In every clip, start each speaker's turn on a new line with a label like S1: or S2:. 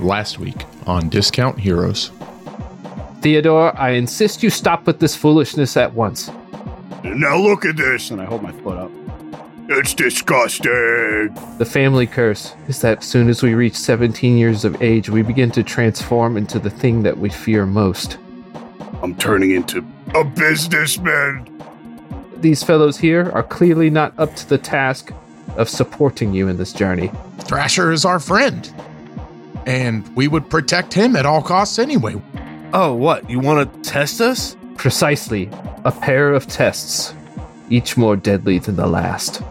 S1: last week on Discount Heroes.
S2: Theodore, I insist you stop with this foolishness at once.
S3: Now look at this.
S4: And I hold my foot up.
S3: It's disgusting.
S2: The family curse is that soon as we reach 17 years of age, we begin to transform into the thing that we fear most.
S4: I'm turning into.
S3: A businessman.
S2: These fellows here are clearly not up to the task of supporting you in this journey.
S1: Thrasher is our friend, and we would protect him at all costs anyway.
S5: Oh, what? You want to test us?
S2: Precisely, a pair of tests, each more deadly than the last.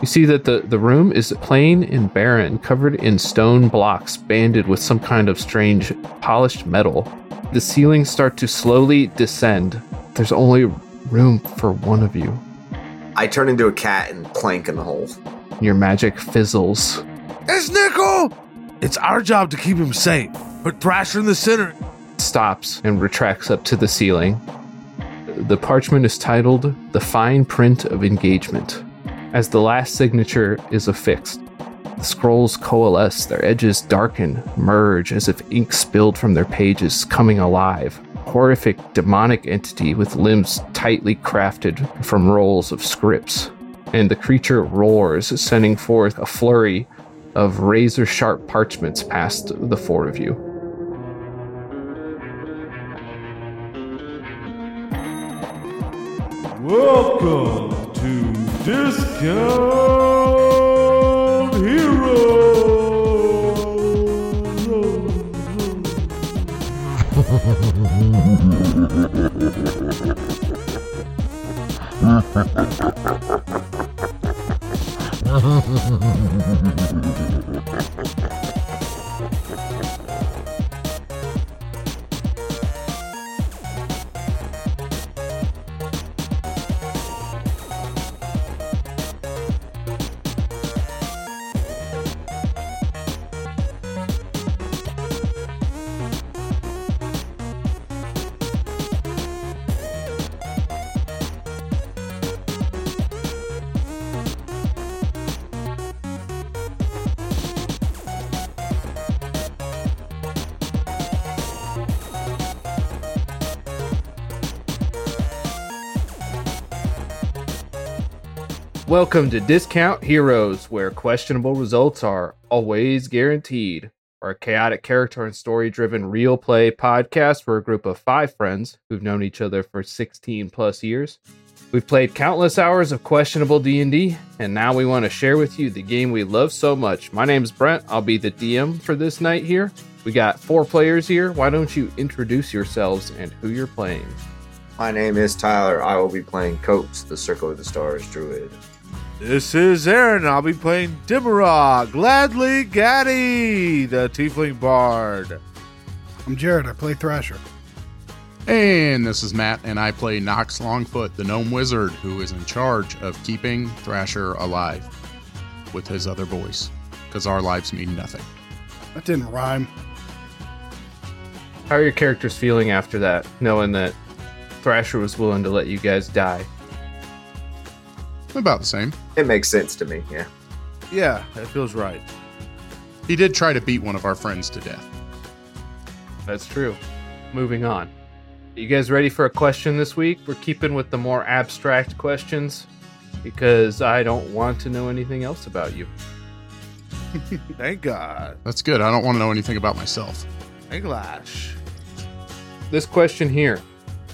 S2: You see that the, the room is plain and barren, covered in stone blocks banded with some kind of strange polished metal. The ceilings start to slowly descend. There's only room for one of you.
S6: I turn into a cat and plank in the hole.
S2: Your magic fizzles.
S5: It's Nickel! It's our job to keep him safe. Put Thrasher in the center.
S2: stops and retracts up to the ceiling. The parchment is titled The Fine Print of Engagement. As the last signature is affixed, the scrolls coalesce, their edges darken, merge as if ink spilled from their pages, coming alive. Horrific demonic entity with limbs tightly crafted from rolls of scripts. And the creature roars, sending forth a flurry of razor sharp parchments past the four of you.
S7: Welcome to Discount Heroes.
S2: Welcome to Discount Heroes, where questionable results are always guaranteed. Our chaotic character and story driven real play podcast. We're a group of five friends who've known each other for 16 plus years. We've played countless hours of questionable D&D, and now we want to share with you the game we love so much. My name's Brent. I'll be the DM for this night here. We got four players here. Why don't you introduce yourselves and who you're playing?
S6: My name is Tyler. I will be playing Coates, the Circle of the Stars Druid.
S5: This is Aaron. I'll be playing Dimara, Gladly Gaddy, the Tiefling Bard.
S8: I'm Jared. I play Thrasher.
S1: And this is Matt, and I play Knox Longfoot, the gnome wizard, who is in charge of keeping Thrasher alive with his other voice, because our lives mean nothing.
S8: That didn't rhyme.
S2: How are your characters feeling after that, knowing that Thrasher was willing to let you guys die?
S1: About the same.
S6: It makes sense to me, yeah.
S5: Yeah, that feels right.
S1: He did try to beat one of our friends to death.
S2: That's true. Moving on. You guys ready for a question this week? We're keeping with the more abstract questions because I don't want to know anything else about you.
S5: Thank God.
S1: That's good. I don't want to know anything about myself.
S5: Thank Lash.
S2: This question here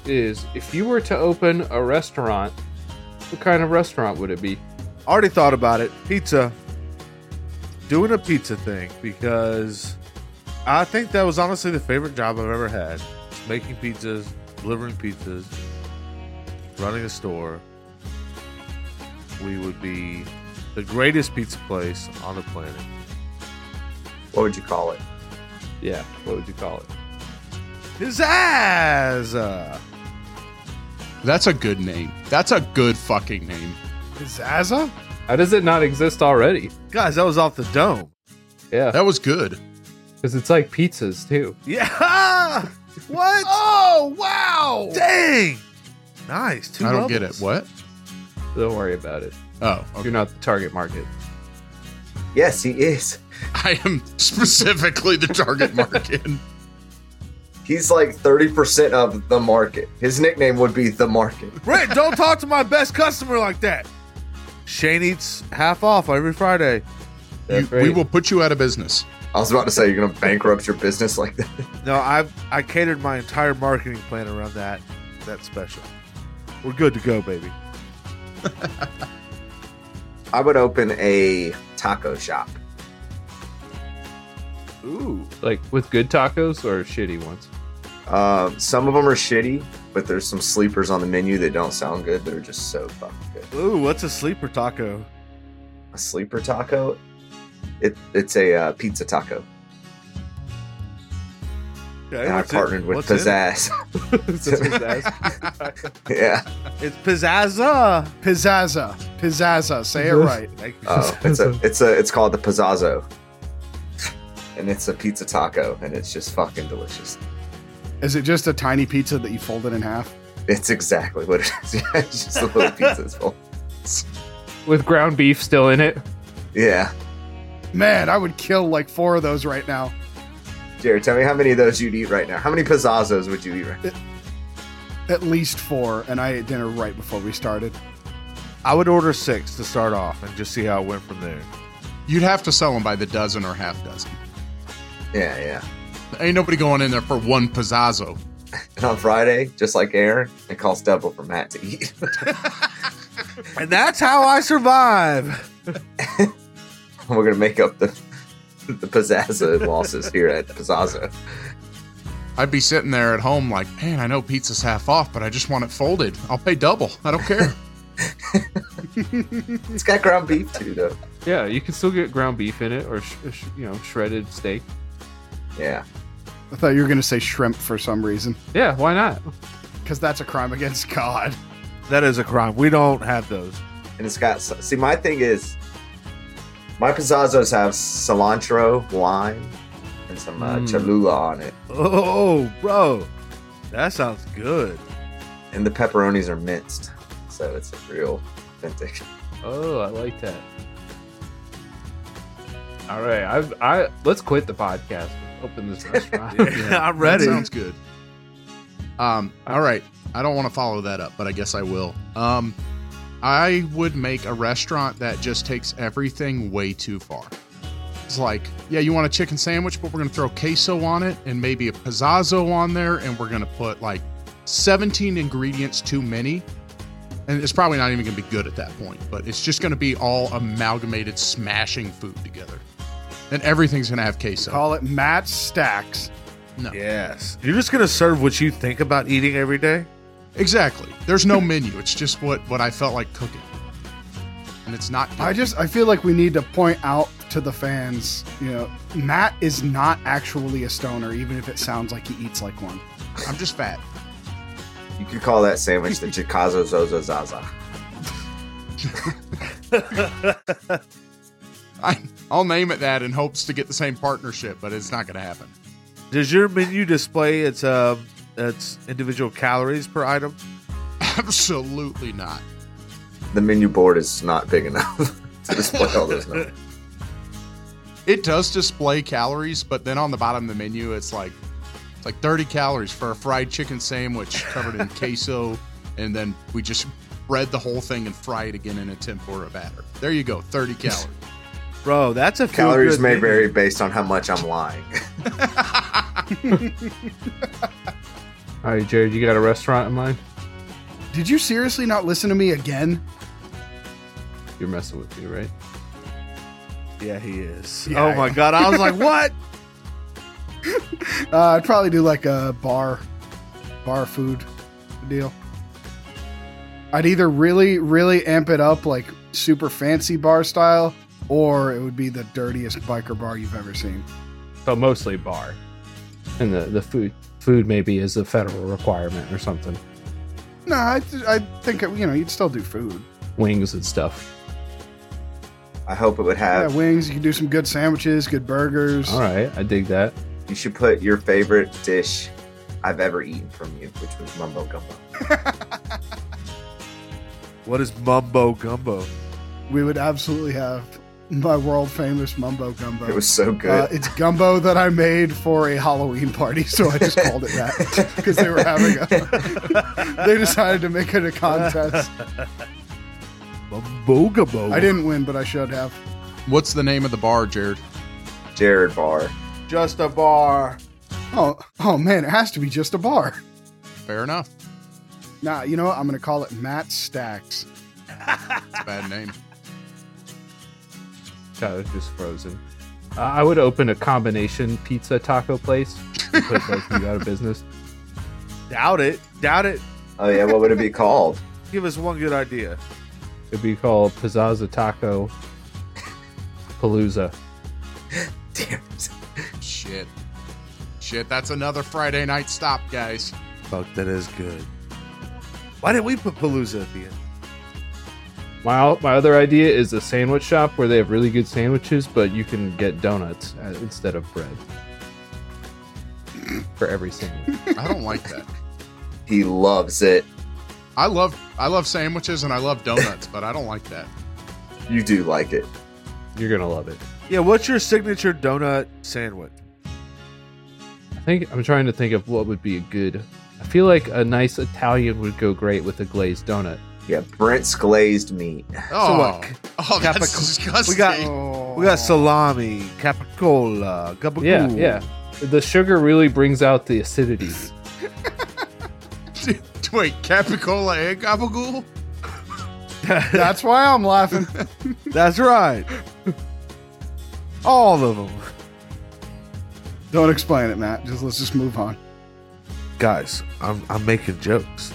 S2: is if you were to open a restaurant, what kind of restaurant would it be?
S5: Already thought about it. Pizza. Doing a pizza thing because I think that was honestly the favorite job I've ever had. Making pizzas, delivering pizzas, running a store. We would be the greatest pizza place on the planet.
S6: What would you call it?
S2: Yeah, what would you call it?
S5: His ass! Uh,
S1: That's a good name. That's a good fucking name.
S8: Is Zaza?
S2: How does it not exist already?
S5: guys, that was off the dome.
S2: Yeah,
S1: That was good.
S2: because it's like pizzas too.
S5: Yeah! what?
S3: Oh, wow.
S5: Dang! Nice. Two
S1: I don't get it.
S5: levels.
S1: What?
S2: Don't worry about it.
S1: Oh, okay.
S2: You're not the target market.
S6: Yes, he is.
S1: I am specifically the target market.
S6: He's like 30% of the market. His nickname would be The Market.
S5: Brent, don't talk to my best customer like that. Shane eats half off every Friday.
S1: You- we will put you out of business.
S6: I was about to say, you're going to bankrupt your business like that.
S5: No, I've I catered my entire marketing plan around that that special. We're good to go, baby.
S6: I would open a taco shop.
S5: Ooh.
S2: Like with good tacos or shitty ones?
S6: Um, some of them are shitty, but there's some sleepers on the menu that don't sound good. They're just so fucking good.
S5: Ooh, what's a sleeper taco?
S6: A sleeper taco? It, it's a uh, pizza taco.
S5: Okay,
S6: And I
S5: what's in-
S6: partnered with
S5: what's in it?
S6: Pizzazz.
S2: It's a pizzazz.
S6: yeah.
S5: It's pizzazza.
S8: Pizzazza. Pizzazza. Say it right.
S5: Thank you.
S6: Oh, it's a it's a it's called the Pizzazzo. And it's a pizza taco, and it's just fucking delicious.
S8: Is it just a tiny pizza that you folded in half?
S6: It's exactly what it is. Yeah, it's just a little pizza. It's full.
S2: with ground beef still in it.
S6: Yeah,
S8: Man, I would kill like four of those right now.
S6: Jared, tell me how many of those you'd eat right now. How many Pizzazzos would you eat right now?
S8: At least four, and I ate dinner right before we started.
S5: I would order six to start off and just see how it went from there.
S1: You'd have to sell them by the dozen or half dozen.
S6: Yeah, yeah.
S1: Ain't nobody going in there for one pizzazzo.
S6: And on Friday, just like Aaron, it costs double for Matt to eat.
S5: And that's how I survive.
S6: We're gonna make up the the Pizzazzo losses here at Pizzazzo.
S1: I'd be sitting there at home like, man, I know pizza's half off, but I just want it folded. I'll pay double. I don't care.
S6: It's got ground beef too, though.
S2: Yeah, you can still get ground beef in it or sh- sh- you know shredded steak.
S6: Yeah,
S8: I thought you were going to say shrimp for some reason,
S2: Yeah, why not?
S8: because that's a crime against God.
S5: That is a crime. We don't have those.
S6: and it's got. See, my thing is, my Pizzazzos have cilantro, lime, and some uh,
S2: Mm.
S6: Cholula on it,
S5: Oh, bro. That sounds good.
S6: and the pepperonis are minced, so it's a real authentic.
S2: Oh, I like that. All right, I I let's quit the podcast. and Open this restaurant.
S5: I'm ready.
S1: That sounds good. Um, all right. I don't want to follow that up, but I guess I will. Um, I would make a restaurant that just takes everything way too far. It's like, yeah, you want a chicken sandwich, but we're going to throw queso on it and maybe a pizzazzo on there, and we're going to put like 17 ingredients too many. And it's probably not even going to be good at that point, but it's just going to be all amalgamated, smashing food together. And everything's going to have queso.
S8: Call it Matt Stacks.
S5: Yes. You're just going to serve what you think about eating every day?
S1: Exactly. There's no menu. It's just what what I felt like cooking, and it's not.
S8: I just I feel like we need to point out to the fans, you know, Matt is not actually a stoner, even if it sounds like he eats like one.
S1: I'm just fat.
S6: You could call that sandwich the Chicazo Zozo Zaza.
S1: I, I'll name it that in hopes to get the same partnership, but it's not going to happen.
S5: Does your menu display its um its individual calories per item?
S1: Absolutely not.
S6: The menu board is not big enough to display all those numbers.
S1: It does display calories, but then on the bottom of the menu, it's like it's like 30 calories for a fried chicken sandwich covered in queso, and then we just bread the whole thing and fry it again in a tempura batter. There you go, 30 calories.
S5: Bro, that's a feel-good
S6: Calories may
S5: menu.
S6: vary based on how much I'm lying.
S2: All right, Jared, you got a restaurant in mind?
S8: Did you seriously not listen to me again?
S2: You're messing with me, right?
S5: Yeah, he is.
S8: Yeah,
S5: oh my god, I was like, what?
S8: Uh, I'd probably do like a bar, bar food deal. I'd either really, really amp it up like super fancy bar style, or it would be the dirtiest biker bar you've ever seen.
S2: So mostly bar, and the the food food maybe is a federal requirement or something.
S8: No, I, th- I think you know you'd still do food.
S2: Wings and stuff.
S6: I hope it would
S8: Yeah,
S6: have.
S8: wings. You can do some good sandwiches, good burgers.
S2: All right, I dig that.
S6: You should put your favorite dish I've ever eaten from you, which was mumbo gumbo.
S5: What is mumbo gumbo?
S8: We would absolutely have my world famous mumbo gumbo.
S6: It was so good.
S8: Uh, it's gumbo that I made for a Halloween party, so I just called it that because they were having a. they decided to make it a contest.
S5: Boga boga.
S8: I didn't win, but I should have.
S1: What's the name of the bar, Jared?
S6: Jared Barr.
S5: Just a bar.
S8: Oh, oh man, it has to be just a bar.
S1: Fair enough.
S8: Nah, you know what? I'm gonna call it Matt Stacks.
S1: It's a bad name.
S2: Tyler's just frozen. Uh, I would open a combination pizza taco place. and Put both of you out of business.
S5: Doubt it. Doubt it.
S6: Oh yeah, what would it be called?
S5: Give us one good idea.
S2: It'd be called Pizzaza Taco Palooza.
S6: Damn. it.
S1: Shit. Shit, that's another Friday night stop, guys.
S5: Fuck, that is good. Why didn't we put Palooza at the end?
S2: My my other idea is a sandwich shop where they have really good sandwiches, but you can get donuts uh, instead of bread for every sandwich.
S1: I don't like that.
S6: He loves it.
S1: I love I love sandwiches and I love donuts, but I don't like that.
S6: You do like it.
S2: You're gonna love it.
S5: Yeah, what's your signature donut sandwich?
S2: I think I'm trying to think of what would be a good. I feel like a nice Italian would go great with a glazed donut.
S6: Yeah, Brent's glazed meat.
S1: Oh,
S5: what?
S1: oh
S5: Got
S1: that's
S5: the-
S1: disgusting.
S5: we got-
S8: Oh.
S5: We got salami, capicola, gabagool.
S2: Yeah, yeah. The sugar really brings out the acidity.
S1: Wait, Capicola and Gabagool?
S8: That's why I'm laughing.
S5: That's right. All of them.
S8: Don't explain it, Matt. Just let's just move on.
S5: Guys, I'm, I'm making jokes.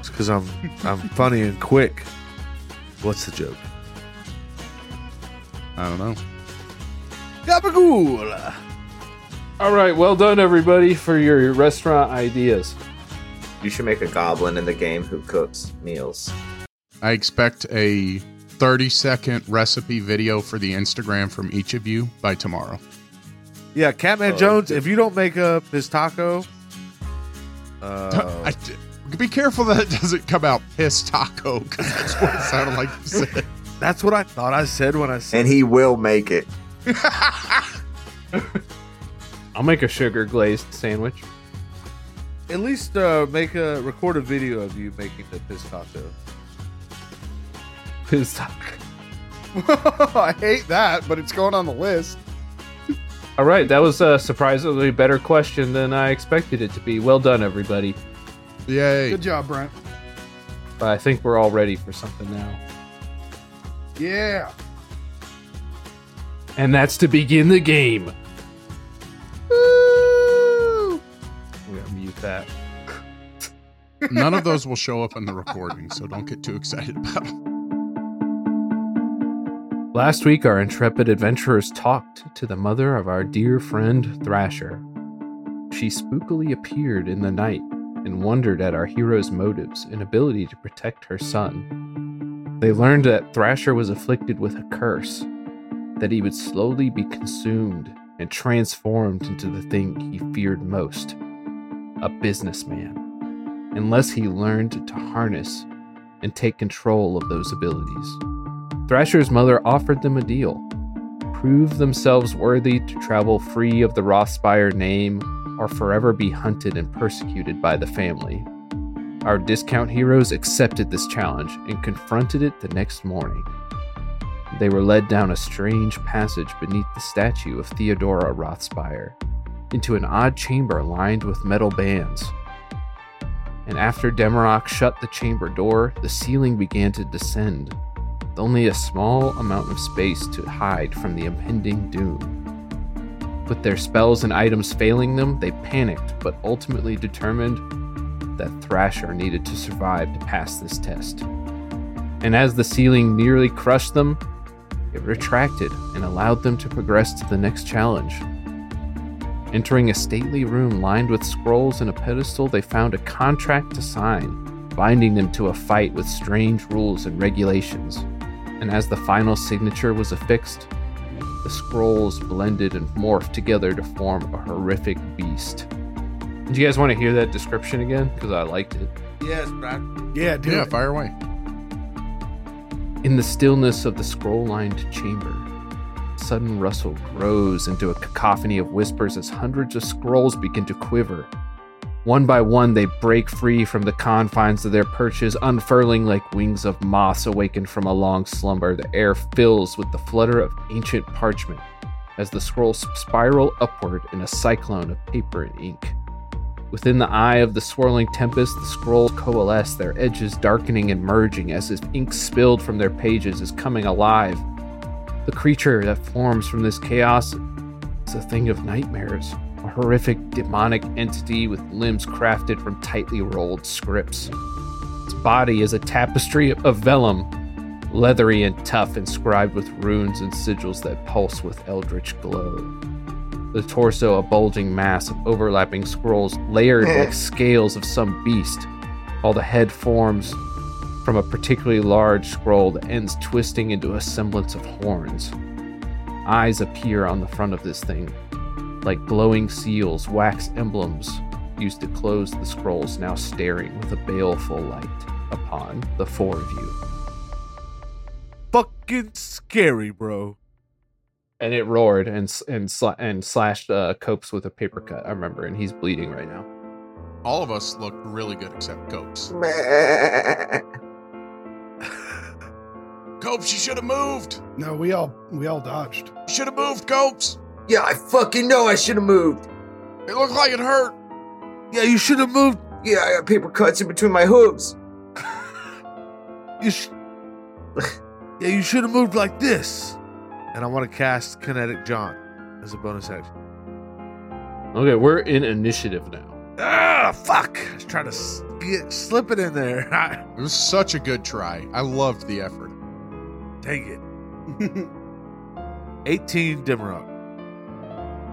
S5: It's because I'm I'm funny and quick. What's the joke?
S1: I don't know.
S5: Gabagool.
S2: All right, well done everybody for your restaurant ideas.
S6: You should make a goblin in the game who cooks meals.
S1: I expect a 30 second recipe video for the Instagram from each of you by tomorrow.
S5: Yeah, Catman
S6: Oh,
S5: Jones. If you don't make up his taco, uh,
S1: I d be careful that it doesn't come out piss taco because that's what it sounded like you said.
S5: that's what I thought I said when I said.
S6: And he will make it.
S2: I'll make a sugar glazed sandwich.
S5: At least uh, make a record a video of you making the piss taco.
S2: Piz taco.
S8: I hate that, but it's going on the list.
S2: All right, that was a surprisingly better question than I expected it to be. Well done everybody.
S1: Yay.
S8: Good job, Brent.
S2: But I think we're all ready for something now.
S8: Yeah.
S2: And that's to begin the game. We're gonna mute that.
S1: None of those will show up in the recording, so don't get too excited about them.
S2: Last week, our intrepid adventurers talked to the mother of our dear friend Thrasher. She spookily appeared in the night and wondered at our hero's motives and ability to protect her son. They learned that Thrasher was afflicted with a curse, that he would slowly be consumed and transformed into the thing he feared most a businessman, unless he learned to harness and take control of those abilities. Thrasher's mother offered them a deal prove themselves worthy to travel free of the Rothspire name or forever be hunted and persecuted by the family. Our discount heroes accepted this challenge and confronted it the next morning. They were led down a strange passage beneath the statue of Theodora Rothspire into an odd chamber lined with metal bands. And after Demarok shut the chamber door, the ceiling began to descend, with only a small amount of space to hide from the impending doom. With their spells and items failing them, they panicked, but ultimately determined that Thrasher needed to survive to pass this test. And as the ceiling nearly crushed them, it retracted and allowed them to progress to the next challenge. Entering a stately room lined with scrolls and a pedestal, they found a contract to sign, binding them to a fight with strange rules and regulations and as the final signature was affixed, the scrolls blended and morphed together to form a horrific beast. Do you guys want to hear that description again? Because I liked it.
S5: Yes, Brad.
S8: Yeah, dude.
S1: Yeah, fire away.
S2: In the stillness of the scroll lined chamber, a sudden rustle grows into a cacophony of whispers as hundreds of scrolls begin to quiver. One by one, they break free from the confines of their perches, unfurling like wings of moths awakened from a long slumber. The air fills with the flutter of ancient parchment as the scrolls spiral upward in a cyclone of paper and ink. Within the eye of the swirling tempest, the scrolls coalesce, their edges darkening and merging as if ink spilled from their pages is coming alive. The creature that forms from this chaos is a thing of nightmares, a horrific demonic entity with limbs crafted from tightly rolled scripts. Its body is a tapestry of vellum, leathery and tough, inscribed with runes and sigils that pulse with eldritch glow the torso a bulging mass of overlapping scrolls layered like scales of some beast, while the head forms from a particularly large scroll that ends twisting into a semblance of horns. Eyes appear on the front of this thing, like glowing seals, wax emblems used to close the scrolls, now staring with a baleful light upon the four of you.
S5: Fucking scary, bro.
S2: and it roared and s- and sla- and slashed uh, Copes with a paper cut. I remember, and he's bleeding right now.
S1: All of us look really good except Copes. Copes, you should have moved.
S8: No, we all we all dodged.
S1: Should have moved, Copes.
S6: yeah, I fucking know I should have moved.
S1: It looked like it hurt.
S5: Yeah, you should have moved.
S6: Yeah, I got paper cuts in between my hooves.
S5: You sh- yeah, you should have moved like this. And I want to cast Kinetic John as a bonus action.
S2: Okay, we're in initiative now.
S5: Ah, fuck! I was trying to s- get, slip it in there. Ah,
S1: It was such a good try. I loved the effort.
S5: Dang it. 18 Dimrock.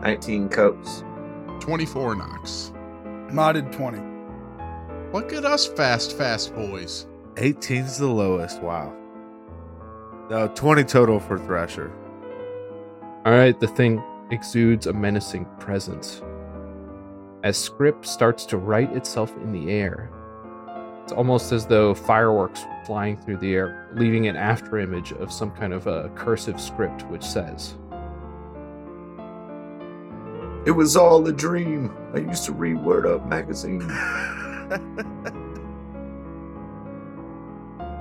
S6: 19 copes.
S1: 24 knocks.
S8: Modded twenty.
S1: Look at us, fast, fast boys.
S5: 18's the lowest. Wow. No, 20 total for Thrasher.
S2: All right, the thing exudes a menacing presence. As script starts to write itself in the air, it's almost as though fireworks were flying through the air, leaving an afterimage of some kind of a cursive script which says,
S6: It was all a dream. I used to read Word Up magazine.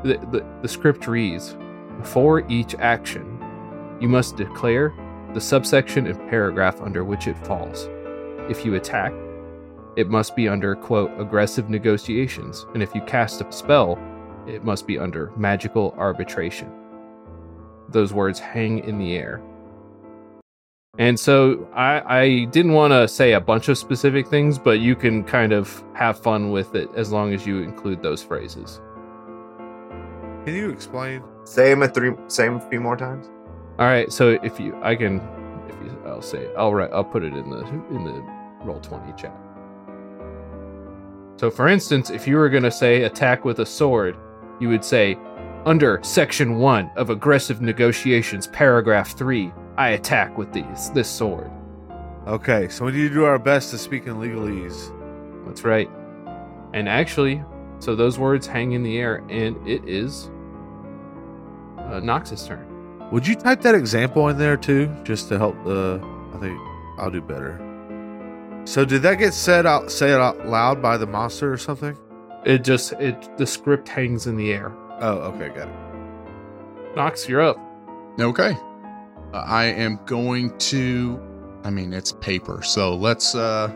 S2: The, the, the script reads Before each action, you must declare the subsection and paragraph under which it falls. If you attack, it must be under, quote, aggressive negotiations, and if you cast a spell, it must be under magical arbitration. Those words hang in the air. And so I, I didn't want to say a bunch of specific things, but you can kind of have fun with it as long as you include those phrases.
S5: Can you explain?
S6: Say him a three. Say him a few more times.
S2: All right, so if you, I can, if you, I'll say, I'll write, I'll put it in the in the roll twenty chat. So, for instance, if you were going to say attack with a sword, you would say, under section one of aggressive negotiations, paragraph three, I attack with these this sword.
S5: Okay, so we need to do our best to speak in legalese.
S2: That's right. And actually, so those words hang in the air, and it is uh, Nox's turn.
S5: Would you type that example in there too, just to help the? I think I'll do better. So did that get said out? Say it out loud by the monster or something?
S2: It just it the script hangs in the air.
S5: Oh, okay, got it.
S2: Nox, you're up.
S1: Okay. Uh, I am going to. I mean, it's paper, so let's. uh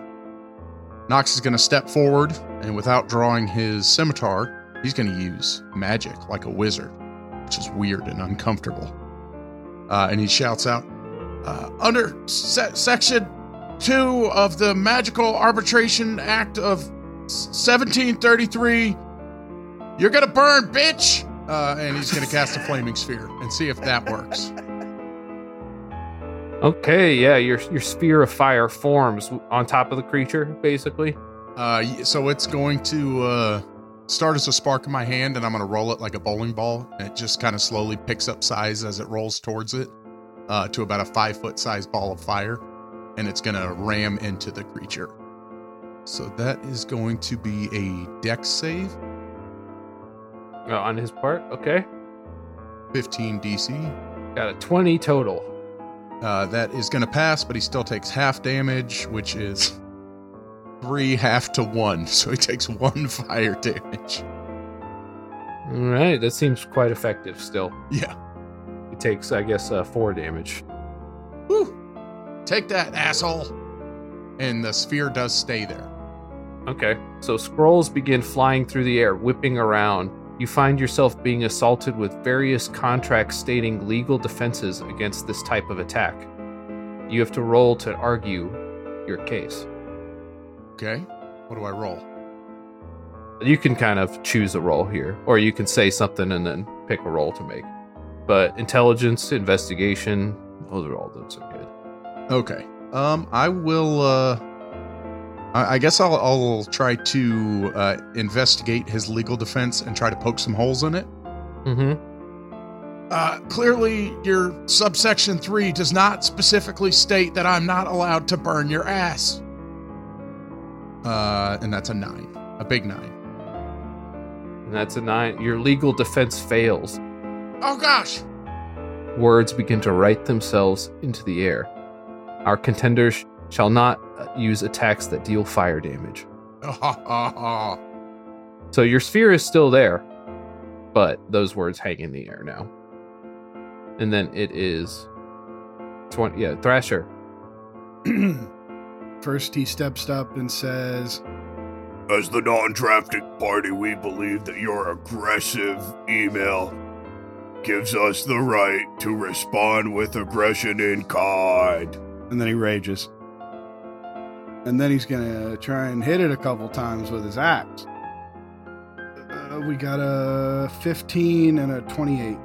S1: Nox is going to step forward, and without drawing his scimitar, he's going to use magic like a wizard, which is weird and uncomfortable. Uh, and he shouts out, uh, "Under se- section two of the Magical Arbitration Act of 1733, you're going to burn, bitch!" Uh, and he's going to cast a flaming sphere and see if that works.
S2: Okay, yeah, your your sphere of fire forms on top of the creature, basically.
S1: Uh, y- so it's going to uh, start as a spark in my hand, and I'm going to roll it like a bowling ball. And it just kind of slowly picks up size as it rolls towards it uh, to about a five foot size ball of fire, and it's going to ram into the creature. So that is going to be a dex save.
S2: Uh, on his part, okay.
S1: 15 DC.
S2: Got a 20 total.
S1: Uh, that is going to pass, but he still takes half damage, which is three half to one. So he takes one fire damage.
S2: All right, that seems quite effective still.
S1: Yeah.
S2: It takes, I guess, uh, four damage.
S1: Whew. Take that, asshole. And the sphere does stay there.
S2: Okay. So scrolls begin flying through the air, whipping around. You find yourself being assaulted with various contracts stating legal defenses against this type of attack. You have to roll to argue your case.
S1: Okay. What do I roll?
S2: You can kind of choose a role here, or you can say something and then pick a role to make. But intelligence, investigation, those are all those are good.
S1: Okay. Um, I will. Uh, I, I guess I'll, I'll try to uh, investigate his legal defense and try to poke some holes in it.
S2: Mm-hmm.
S1: Uh, clearly, your subsection three does not specifically state that I'm not allowed to burn your ass. Uh, and that's a nine, a big nine.
S2: And that's a nine. Your legal defense fails.
S1: Oh gosh.
S2: words begin to write themselves into the air. Our contenders shall not uh, use attacks that deal fire damage. So your sphere is still there, but those words hang in the air now. And then it is 20 yeah, Thrasher.
S8: First, he steps up and says,
S3: As the non drafted party, we believe that your aggressive email gives us the right to respond with aggression in kind.
S8: and then he rages. And then he's gonna try and hit it a couple times with his axe. Uh, we got a 15 and a 28.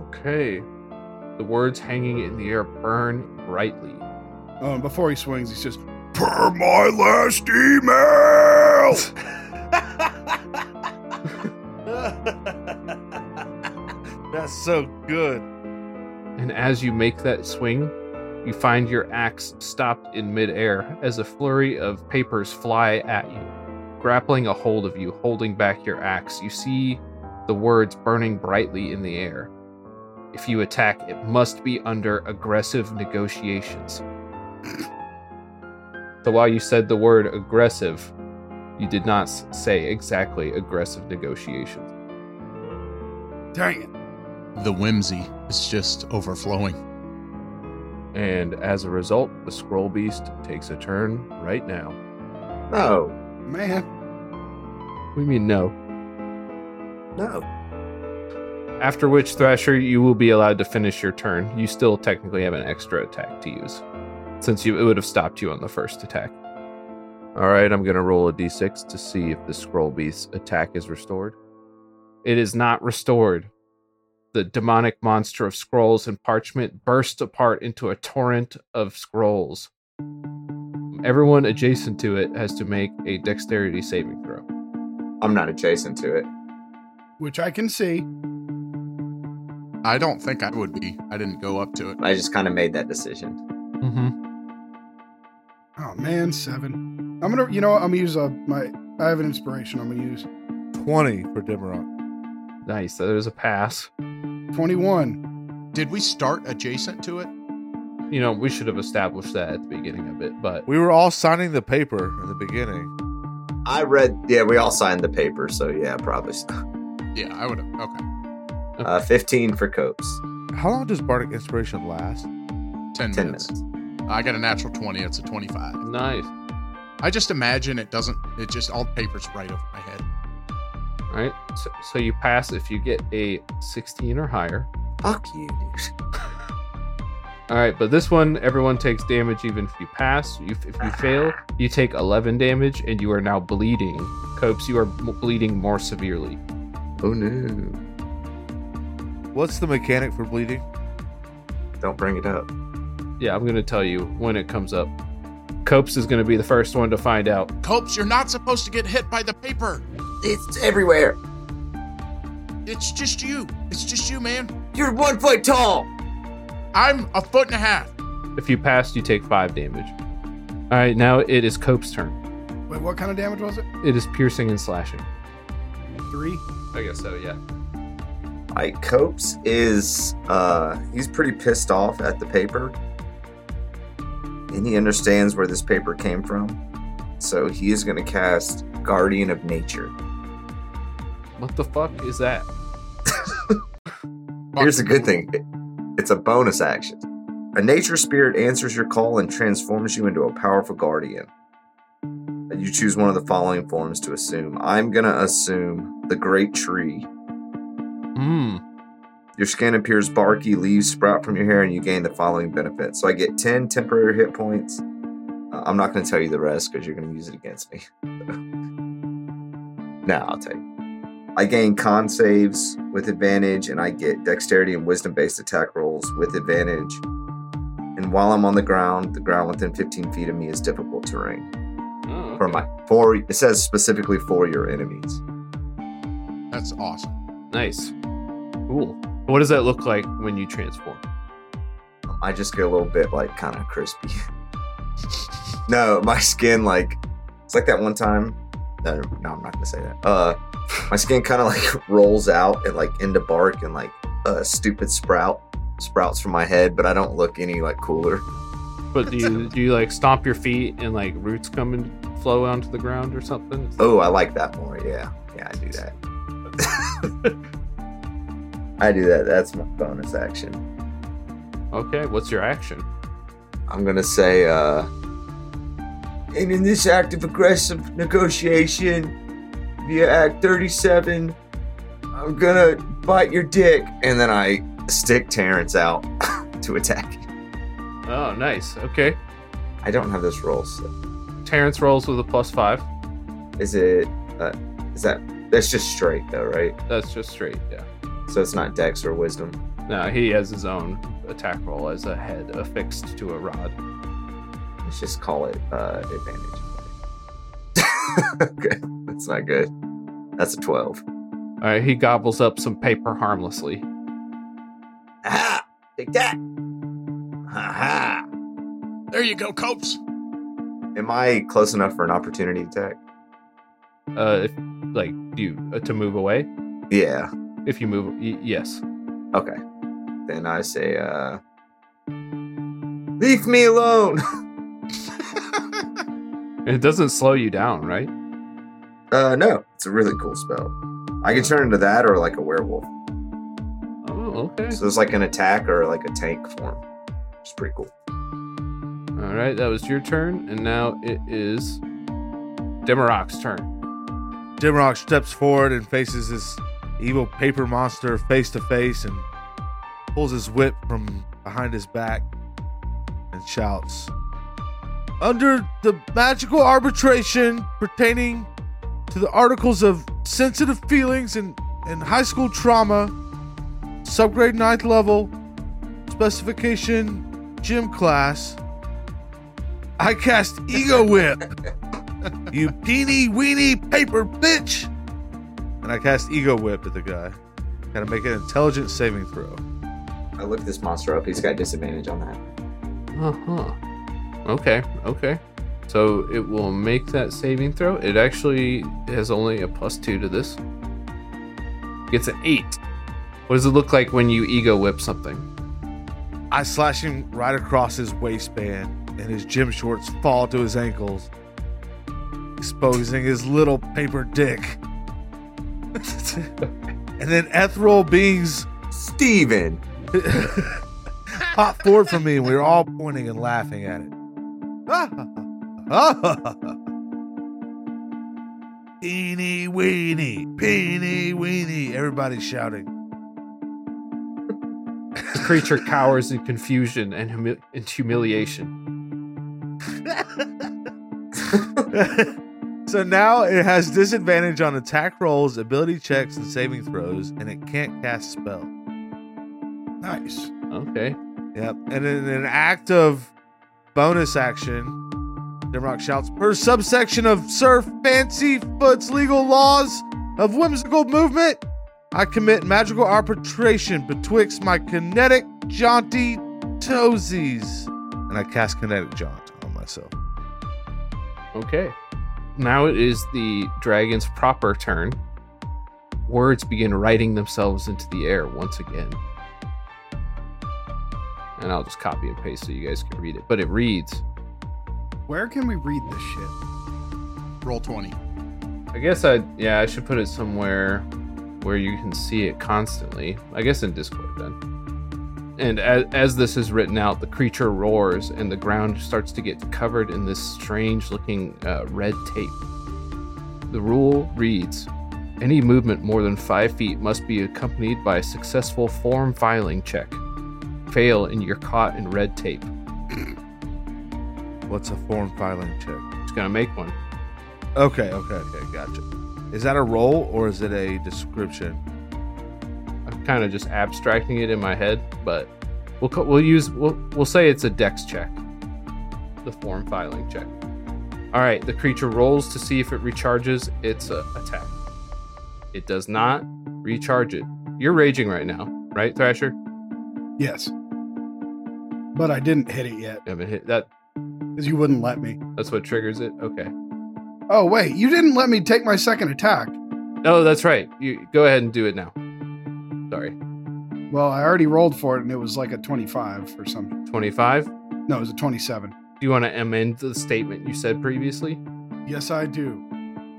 S2: Okay. The words hanging in the air burn brightly.
S8: Oh, and before he swings, he's just
S3: Per my last email!
S5: That's so good.
S2: And as you make that swing, you find your axe stopped in midair as a flurry of papers fly at you, grappling a hold of you, holding back your axe. You see the words burning brightly in the air. If you attack, it must be under aggressive negotiations. so while you said the word aggressive, you did not s- say exactly aggressive negotiations.
S8: dang it.
S1: The whimsy is just overflowing.
S2: And as a result, the scroll beast takes a turn right now.
S6: No,
S8: Man,
S2: We mean no.
S6: no.
S2: After which, Thrasher, you will be allowed to finish your turn. You still technically have an extra attack to use, since you, it would have stopped you on the first attack. All right, I'm going to roll a d6 to see if the Scroll Beast's attack is restored. It is not restored. The demonic monster of scrolls and parchment bursts apart into a torrent of scrolls. Everyone adjacent to it has to make a dexterity saving throw.
S6: I'm not adjacent to it.
S8: which I can see.
S1: I don't think I would be. I didn't go up to it.
S6: I just kind of made that decision.
S2: Mm-hmm.
S8: Oh man, seven. I'm gonna, you know, what? I'm gonna use a my. I have an inspiration. I'm gonna use
S5: 20 for Dimaron.
S2: Nice. That is a pass.
S8: 21.
S1: Did we start adjacent to it?
S2: You know, we should have established that at the beginning of it, but
S5: We were all signing the paper in the beginning.
S6: I read, yeah, we all signed the paper, so yeah, probably. so.
S1: Yeah, I would have. Okay.
S6: Uh, 15 for Copes.
S5: How long does Bardic Inspiration last?
S1: 10,
S6: 10
S1: minutes.
S6: minutes.
S1: I got a natural 20. It's a 25.
S2: nice.
S1: I just imagine it doesn't, it just, all the paper's right over my head.
S2: All right? So, so you pass if you get a 16 or higher.
S6: Fuck you, dude.
S2: All right, but this one, everyone takes damage even if you pass. You, if you fail, you take 11 damage and you are now bleeding. Copes, you are m- bleeding more severely.
S6: Oh no.
S5: What's the mechanic for bleeding?
S6: Don't bring it up.
S2: Yeah, I'm going to tell you when it comes up. Copes is going to be the first one to find out.
S1: Copes, you're not supposed to get hit by the paper.
S6: It's everywhere.
S1: It's just you. It's just you, man.
S6: You're one foot tall.
S1: I'm a foot and a half.
S2: If you pass, you take 5 damage. All right, now it is Cope's turn.
S8: Wait, what kind of damage was it?
S2: It is piercing and slashing.
S8: Three.
S2: I guess so, yeah.
S6: Like Copes is uh he's pretty pissed off at the paper. And he understands where this paper came from. So he is gonna cast Guardian of Nature.
S2: What the fuck is that?
S6: Here's a good thing. It- It's a bonus action. A nature spirit answers your call and transforms you into a powerful guardian. You choose one of the following forms to assume. I'm gonna assume the great tree.
S2: Hmm.
S6: Your skin appears barky, leaves sprout from your hair, and you gain the following benefits. So I get 10 temporary hit points. Uh, I'm not going to tell you the rest because you're going to use it against me. no, I'll tell you. I gain con saves with advantage, and I get dexterity and wisdom based attack rolls with advantage. And while I'm on the ground, the ground within 15 feet of me is difficult terrain.
S2: Oh,
S6: For my for it says specifically for your enemies.
S1: That's awesome.
S2: nice. Cool. What does that look like when you transform?
S6: I just get a little bit like kind of crispy. no, my skin like it's like that one time. No, no, I'm not gonna say that. Uh, my skin kind of like rolls out and like into bark and like a stupid sprout sprouts from my head, but I don't look any like cooler.
S2: But do you do you like stomp your feet and like roots come and flow onto the ground or something?
S6: Oh, I like that more. Yeah, yeah, I do that. I do that. That's my bonus action.
S2: Okay. What's your action?
S6: I'm gonna say, uh, and in this act of aggressive negotiation, via Act 37, I'm gonna bite your dick, and then I stick Terrence out to attack.
S2: Oh, nice. Okay.
S6: I don't have this roll. So
S2: Terrence rolls with a plus five.
S6: is it? Uh, is that? That's just straight though, right?
S2: That's just straight. Yeah.
S6: So it's not Dex or Wisdom.
S2: No, he has his own attack roll as a head affixed to a rod.
S6: Let's just call it uh, advantage. okay, that's not good. That's a 12.
S2: All right. He gobbles up some paper harmlessly.
S6: Aha! Ah, Take that! Aha!
S1: There you go, Copes.
S6: Am I close enough for an opportunity attack?
S2: Uh, if, like do you uh, to move away?
S6: Yeah.
S2: If you move, y- yes.
S6: Okay. Then I say, uh, leave me alone.
S2: It doesn't slow you down, right?
S6: Uh, no, it's a really cool spell. I can turn into that or like a werewolf.
S2: Oh, okay.
S6: So it's like an attack or like a tank form. It's pretty cool.
S2: All right, that was your turn, and now it is Demarok's turn.
S5: Dimrock steps forward and faces this evil paper monster face to face and pulls his whip from behind his back and shouts Under the magical arbitration pertaining to the articles of sensitive feelings and, and high school trauma, subgrade ninth level, specification gym class, I cast Ego Whip you teeny weeny paper bitch! And I cast Ego Whip at the guy. Gotta make an intelligent saving throw.
S6: I looked this monster up. He's got disadvantage on that.
S2: Uh huh. Okay, okay. So it will make that saving throw. It actually has only a plus two to this. Gets an eight. What does it look like when you ego whip something?
S5: I slash him right across his waistband, and his gym shorts fall to his ankles, exposing his little paper dick. and then Ethereal Beings
S6: Steven!
S5: popped forward from me, and we were all pointing and laughing at it. Teeny weeny, peeny weeny, everybody's shouting.
S2: The creature cowers in confusion and, humi- and humiliation.
S5: so now it has disadvantage on attack rolls, ability checks, and saving throws, and it can't cast spell.
S8: Nice.
S2: Okay.
S5: Yep. And in an act of bonus action, Dimrock shouts, per subsection of Sir Fancy Foot's legal laws of whimsical movement, I commit magical arbitration betwixt my kinetic jaunty toesies. And I cast kinetic jaunt on myself.
S2: Okay. Now it is the dragon's proper turn. words begin writing themselves into the air once again. And I'll just copy and paste so you guys can read it. But it reads
S8: Where can we read this shit?
S1: Roll 20.
S2: I guess I yeah, I should put it somewhere where you can see it constantly. I guess in Discord then. And as, as this is written out, the creature roars and the ground starts to get covered in this strange looking uh, red tape. The rule reads Any movement more than five feet must be accompanied by a successful form filing check. Fail and you're caught in red tape.
S5: What's a form filing check?
S2: It's gonna make one.
S5: Okay, okay, okay, gotcha. Is that a role or is it a description?
S2: I'm kind of just abstracting it in my head, but we'll co- we'll use we'll we'll say it's a dex check, the form filing check. All right, the creature rolls to see if it recharges its uh, attack. It does not recharge it. You're raging right now, right, Thrasher?
S8: Yes. But I didn't hit it yet
S2: I mean, hit- that
S8: because you wouldn't let me.
S2: that's what triggers it. Okay.
S8: Oh, wait. You didn't let me take my second attack.
S2: No, that's right. You go ahead and do it now. Sorry,
S8: Well, I already rolled for it and it was like a 25 or something.
S2: twenty-five.
S8: No, it was a 27.
S2: Do you want to amend the statement you said previously?
S8: Yes, I do.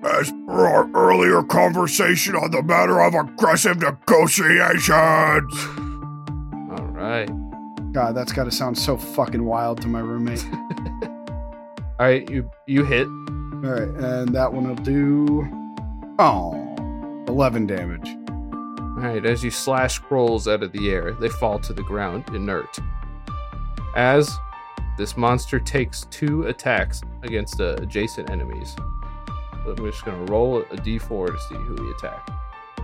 S3: As per our earlier conversation on the matter of aggressive negotiations,
S2: All right.
S8: God, that's got to sound so fucking wild to my roommate.
S2: All right. You you hit.
S8: All right, and that one will do. Oh, 11 damage.
S2: All right, as you slash scrolls out of the air, they fall to the ground inert. As this monster takes two attacks against uh, adjacent enemies. I'm just going to roll a d4 to see who he attacked.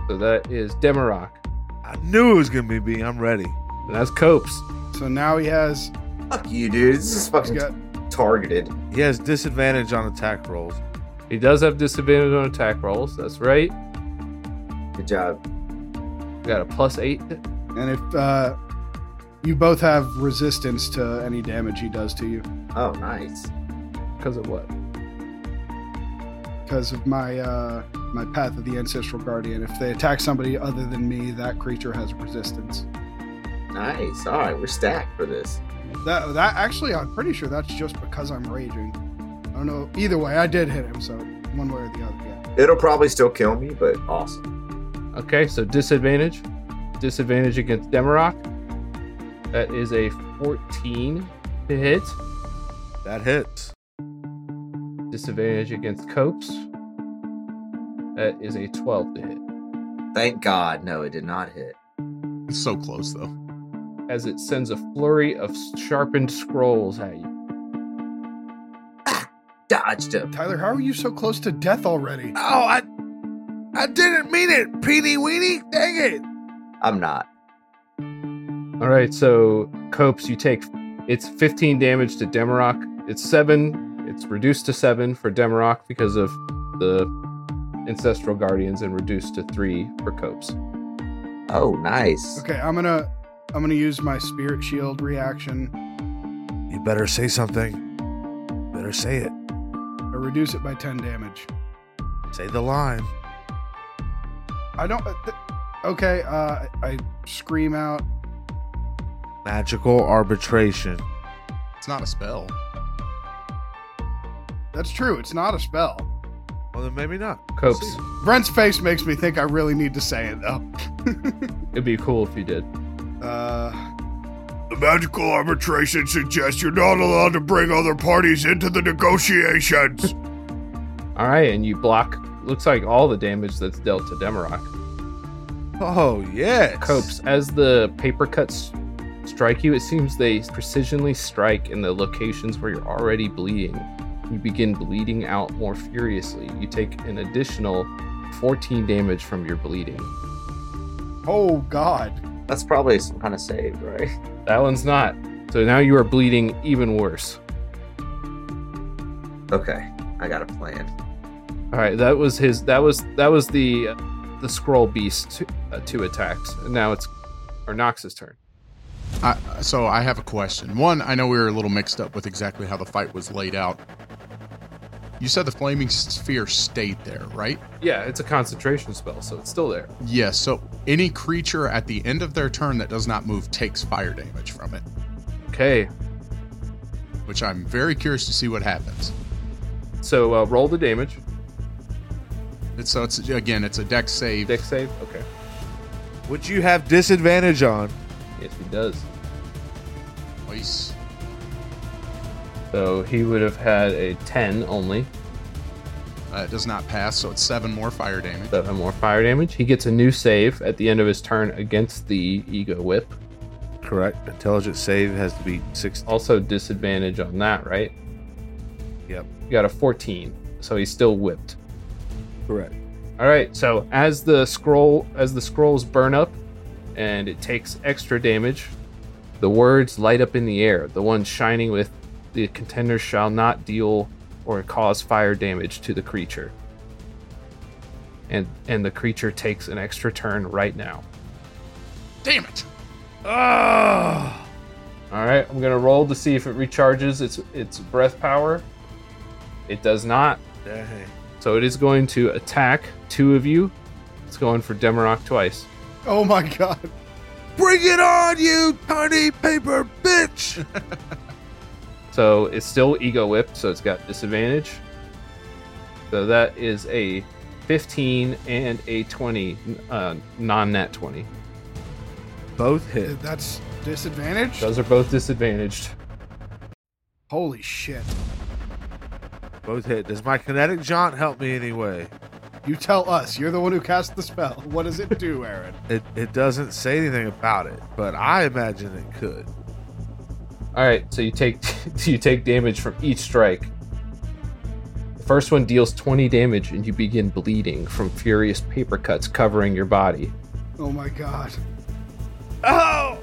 S2: So that is Demarok,
S5: I knew it was gonna be me. I'm ready.
S2: and that's Copes.
S8: So now he has.
S6: Fuck you, dude. This is
S8: He's
S6: fucking
S8: got.
S6: targeted.
S5: He has disadvantage on attack rolls.
S2: He does have disadvantage on attack rolls. That's right.
S6: Good job.
S2: Got a plus eight.
S8: And if uh, you both have resistance to any damage he does to you
S6: Oh, nice.
S2: Because of what?
S8: because of my uh, my path of the ancestral guardian, if they attack somebody other than me, that creature has resistance.
S6: Nice. All right, we're stacked for this.
S8: That that actually, I'm pretty sure that's just because I'm raging. I don't know. Either way, I did hit him, so one way or the other. Yeah.
S6: It'll probably still kill me, but awesome.
S2: Okay, so disadvantage. Disadvantage against Demarok. That is a 14 to hit.
S5: That hits.
S2: disadvantage against Copes. That is a 12 to hit.
S6: Thank God. No, it did not hit.
S1: It's so close, though.
S2: As it sends a flurry of sharpened scrolls at you.
S6: Dodged him.
S8: Tyler, how are you so close to death already?
S1: Ah!
S5: Oh, I, I didn't mean it, Petey Weenie. Dang it!
S6: I'm not.
S2: All right, so Copes, you take it's 15 damage to Demarok. It's seven. It's reduced to seven for Demarok because of the ancestral guardians, and reduced to three for Copes.
S6: Oh, nice.
S8: Okay, I'm gonna I'm gonna use my spirit shield reaction.
S5: You better say something. Better say it.
S8: I reduce it by 10 damage.
S5: Say the line.
S8: I don't. uh, Th- okay, uh, I scream out.
S5: Magical arbitration.
S1: It's not a spell.
S8: That's true. It's not a spell.
S5: Well, then maybe not.
S2: Copes,
S8: Brent's face makes me think I really need to say it though.
S2: it'd be cool if you did.
S8: uh,
S3: the magical arbitration suggests you're not allowed to bring other parties into the negotiations.
S2: All right, and you block. Looks like all the damage that's dealt to Demarok.
S5: Oh yes.
S2: Copes, as the paper cuts strike you, it seems they precisionly strike in the locations where you're already bleeding. You begin bleeding out more furiously. You take an additional 14 damage from your bleeding.
S8: oh God.
S6: That's probably some kind of save, right?
S2: That one's not. So now you are bleeding even worse.
S6: Okay, I got a plan.
S2: All right, that was his. That was that was the the scroll beast two, uh, two attacks. And now it's or Nox's turn.
S1: I, so I have a question. One, I know we were a little mixed up with exactly how the fight was laid out. You said the flaming sphere stayed there, right?
S2: Yeah, it's a concentration spell, so it's still there.
S1: Yes. so any creature at the end of their turn that does not move takes fire damage from it,
S2: Okay,
S1: which I'm very curious to see what happens.
S2: so uh, roll the damage.
S1: It's, so it's again, it's a deck save.
S2: Deck save. Okay.
S5: Which you have disadvantage on.
S2: Yes, he does.
S1: Nice.
S2: So he would have had a 10 only,
S1: Uh, it does not pass, so it's seven more fire damage.
S2: but more fire damage. He gets a new save at the end of his turn against the ego whip.
S5: Correct. Intelligence save has to be 16.
S2: Also disadvantage on that, right?
S5: Yep.
S2: You got a 14, so he's still whipped.
S5: Correct.
S2: All right. So as the scroll as the scrolls burn up, and it takes extra damage, the words light up in the air. The one shining with the contender shall not deal or cause fire damage to the creature. And and the creature takes an extra turn right now.
S1: Damn it!
S2: All right, I'm gonna roll to see if it recharges its its breath power. It does not,
S5: Dang.
S2: so it is going to attack two of you. It's going for Demarok twice.
S8: Oh my god.
S5: Bring it on, you tiny paper bitch!
S2: So it's still ego whipped, so it's got disadvantage. So that is a 15 and a 20, uh, non net 20.
S5: Both hit.
S8: That's disadvantage?
S2: Those are both disadvantaged.
S8: Holy shit.
S5: Both hit. Does my kinetic jaunt help me anyway?
S8: You tell us. You're the one who cast the spell. What does it do, Aaron?
S5: It, it doesn't say anything about it, but I imagine it could.
S2: All right, so you take you take damage from each strike. The first one deals 20 damage, and you begin bleeding from furious paper cuts covering your body.
S8: Oh my god.
S5: Oh!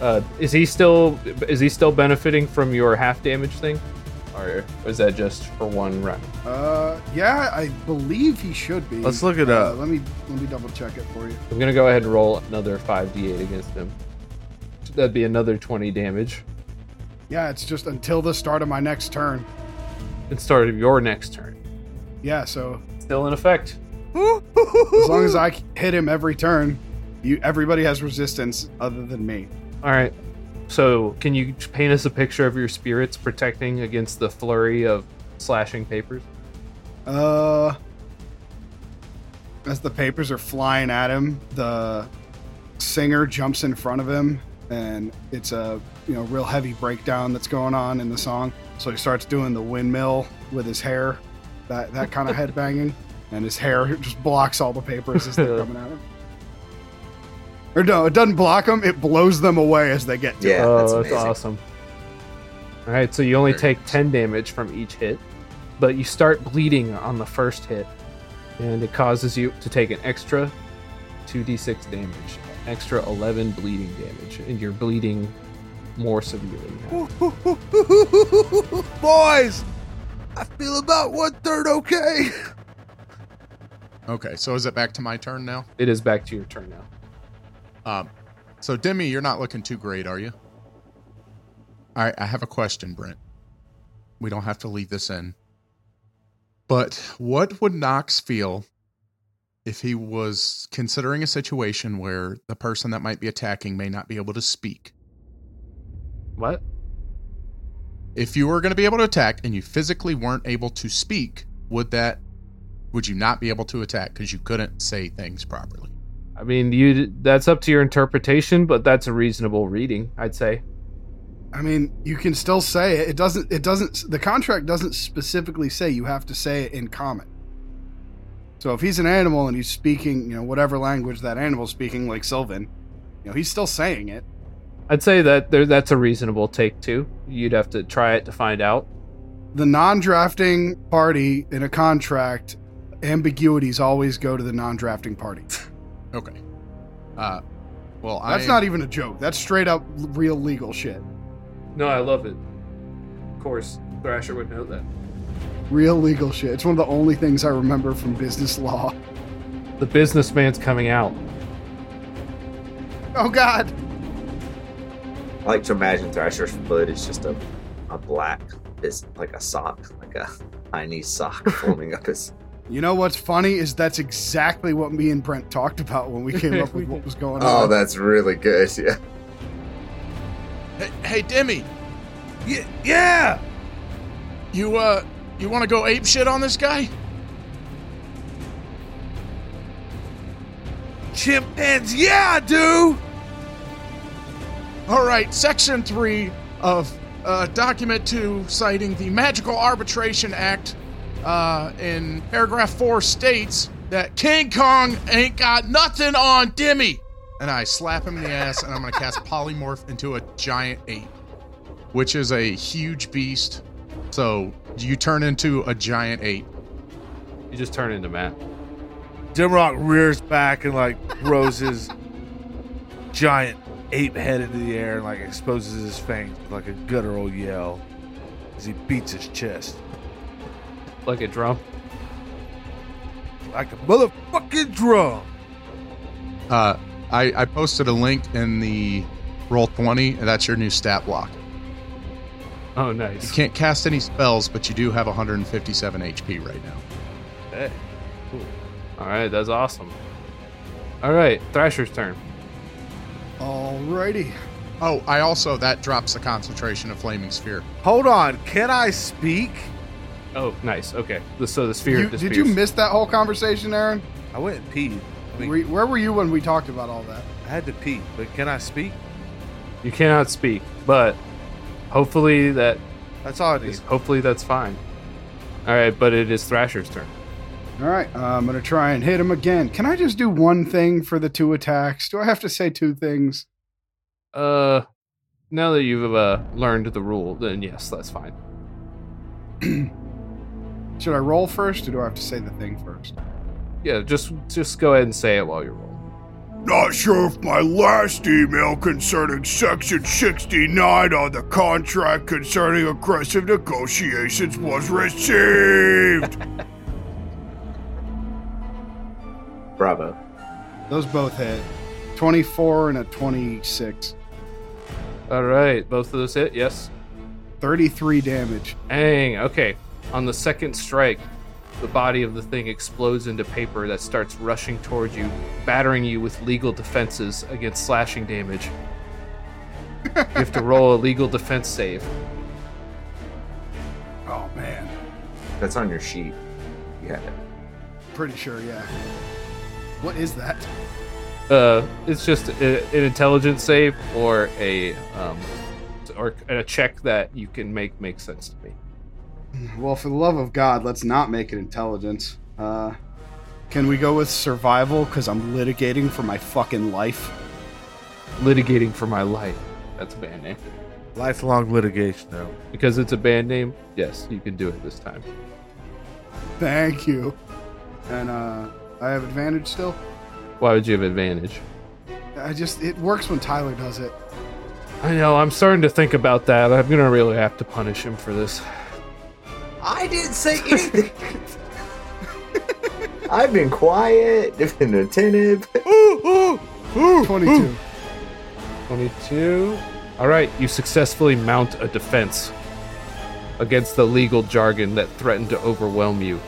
S2: Uh, is he still is he still benefiting from your half damage thing, or was that just for one round?
S8: Uh, yeah, I believe he should be.
S5: Let's look it
S8: Uh,
S5: up.
S8: let me let me double check it for you.
S2: I'm gonna go ahead and roll another 5d8 against him. That'd be another 20 damage.
S8: Yeah, it's just until the start of my next turn.
S2: And start of your next turn.
S8: Yeah, so
S2: Still in effect.
S8: as long as I hit him every turn, you everybody has resistance other than me.
S2: All right. So, can you paint us a picture of your spirits protecting against the flurry of slashing papers?
S8: Uh, as the papers are flying at him, the singer jumps in front of him, and it's a you know real heavy breakdown that's going on in the song. So he starts doing the windmill with his hair, that that kind of head banging, and his hair just blocks all the papers as they're coming at him. Or no, it doesn't block them; it blows them away as they get to.
S6: Yeah,
S2: oh,
S6: that's
S2: that's,
S6: amazing.
S2: awesome. All right, so you only
S6: Very
S2: take 10 damage from each hit, but you start bleeding on the first hit, and it causes you to take an extra 2d6 damage, extra 11 bleeding damage, and you're bleeding more severely now.
S5: Boys! I feel about one third okay.
S1: Okay, so is it back to my turn now?
S2: It is back to your turn now.
S1: Um, so Demi, you're not looking too great, are you? All right, I have a question, Brent. We don't have to leave this in. But what would Knox feel if he was considering a situation where the person that might be attacking may not be able to speak?
S2: What?
S1: If you were going to be able to attack and you physically weren't able to speak, would that would you not be able to attack because you couldn't say things properly?
S2: I mean, you that's up to your interpretation, but that's a reasonable reading, I'd say.
S8: I mean, you can still say it. It doesn't. It doesn't. The contract doesn't specifically say you have to say it in common. So if he's an animal and he's speaking, you know, whatever language that animal's speaking, like Sylvan, you know, he's still saying it.
S2: I'd say that there, that's a reasonable take too. You'd have to try it to find out.
S8: The non-drafting party in a contract ambiguities always go to the non-drafting party.
S1: Okay. Uh, well,
S8: That's
S1: I,
S8: not even a joke. That's straight up l- real legal shit.
S2: No, I love it. Of course, Thrasher would know that.
S8: Real legal shit. It's one of the only things I remember from business law.
S2: The businessman's coming out.
S8: Oh God.
S6: I like to imagine Thrasher's foot is just a, a black, it's like a sock, like a tiny sock forming up his.
S8: You know what's funny is that's exactly what me and Brent talked about when we came up with what was going
S6: Oh,
S8: on.
S6: that's really good. Yeah.
S1: Hey, hey Demi,
S5: Yeah, yeah.
S1: you uh, you want to go ape shit on this guy?
S5: Chimpanzee. Yeah, I do.
S1: All right, Section 3 of uh, Document 2, citing the Magical Arbitration Act uh, in paragraph 4, states that King Kong ain't got nothing on Dimmy. And I slap him in the ass, and I'm going to cast Polymorph into a giant ape, which is a huge beast. So you turn into a giant ape.
S2: You just turn into Matt.
S5: Dimrock rears back and like throws his giant ape head into the air and like exposes his fangs with like a guttural yell as he beats his chest
S2: Like a drum.
S5: like a motherfucking drum.
S1: Uh, I, I posted a link in the Roll 20, and that's your new stat block.
S2: Oh,
S1: You
S2: nice.
S1: can't cast any spells, but you do have 157 HP right now.
S5: Hey, cool.
S2: All right, that's awesome. All right, Thrasher's turn.
S8: Alrighty.
S1: Oh, I also that drops the concentration of flaming sphere.
S5: Hold on, can I speak?
S2: Oh, nice. Okay. The- So the sphere
S8: You,
S2: disappears.
S8: did you miss that whole conversation, Aaron?
S5: I went and peed. I, mean,
S8: Were you- where were you when we talked about all that?
S5: I had to pee, but can I speak?
S2: You cannot speak, but hopefully that
S5: That's all I need.
S2: is, hopefully that's fine. All right, but it is Thrasher's turn.
S8: All right, uh, I'm gonna try and hit him again. Can I just do one thing for the two attacks? Do I have to say two things?
S2: Uh, now that you've uh, learned the rule, then yes, that's fine.
S8: Should I roll first, or do I have to say the thing first?
S2: Yeah, just just go ahead and say it while you're rolling.
S3: Not sure if my last email concerning Section 69 on the contract concerning aggressive negotiations was received.
S6: Bravo.
S8: Those both hit. 24 and a 26.
S2: All right, both of those hit. Yes.
S8: 33 damage.
S2: Dang, okay. On the second strike, the body of the thing explodes into paper that starts rushing toward you, battering you with legal defenses against slashing damage. you have to roll a legal defense save.
S8: Oh man.
S6: That's on your sheet. You have it.
S8: Pretty sure, yeah. What is that?
S2: Uh, it's just a, an intelligence save or a um, or a check that you can make make sense to me.
S8: Well, for the love of God, let's not make it intelligence. Uh, can we go with survival? Because I'm litigating for my fucking life.
S2: Litigating for my life. That's a band name.
S5: Lifelong litigation, though.
S2: Because it's a band name, yes, you can do it this time.
S8: Thank you. And uh, I have advantage still.
S2: Why would you have advantage?
S8: I just it works when Tyler does it.
S2: I know. I'm starting to think about that. I'm gonna really have to punish him for this.
S6: I didn't say anything. I've been quiet, been attentive.
S8: Twenty-two.
S2: 22. All right, you successfully mount a defense against the legal jargon that threatened to overwhelm you.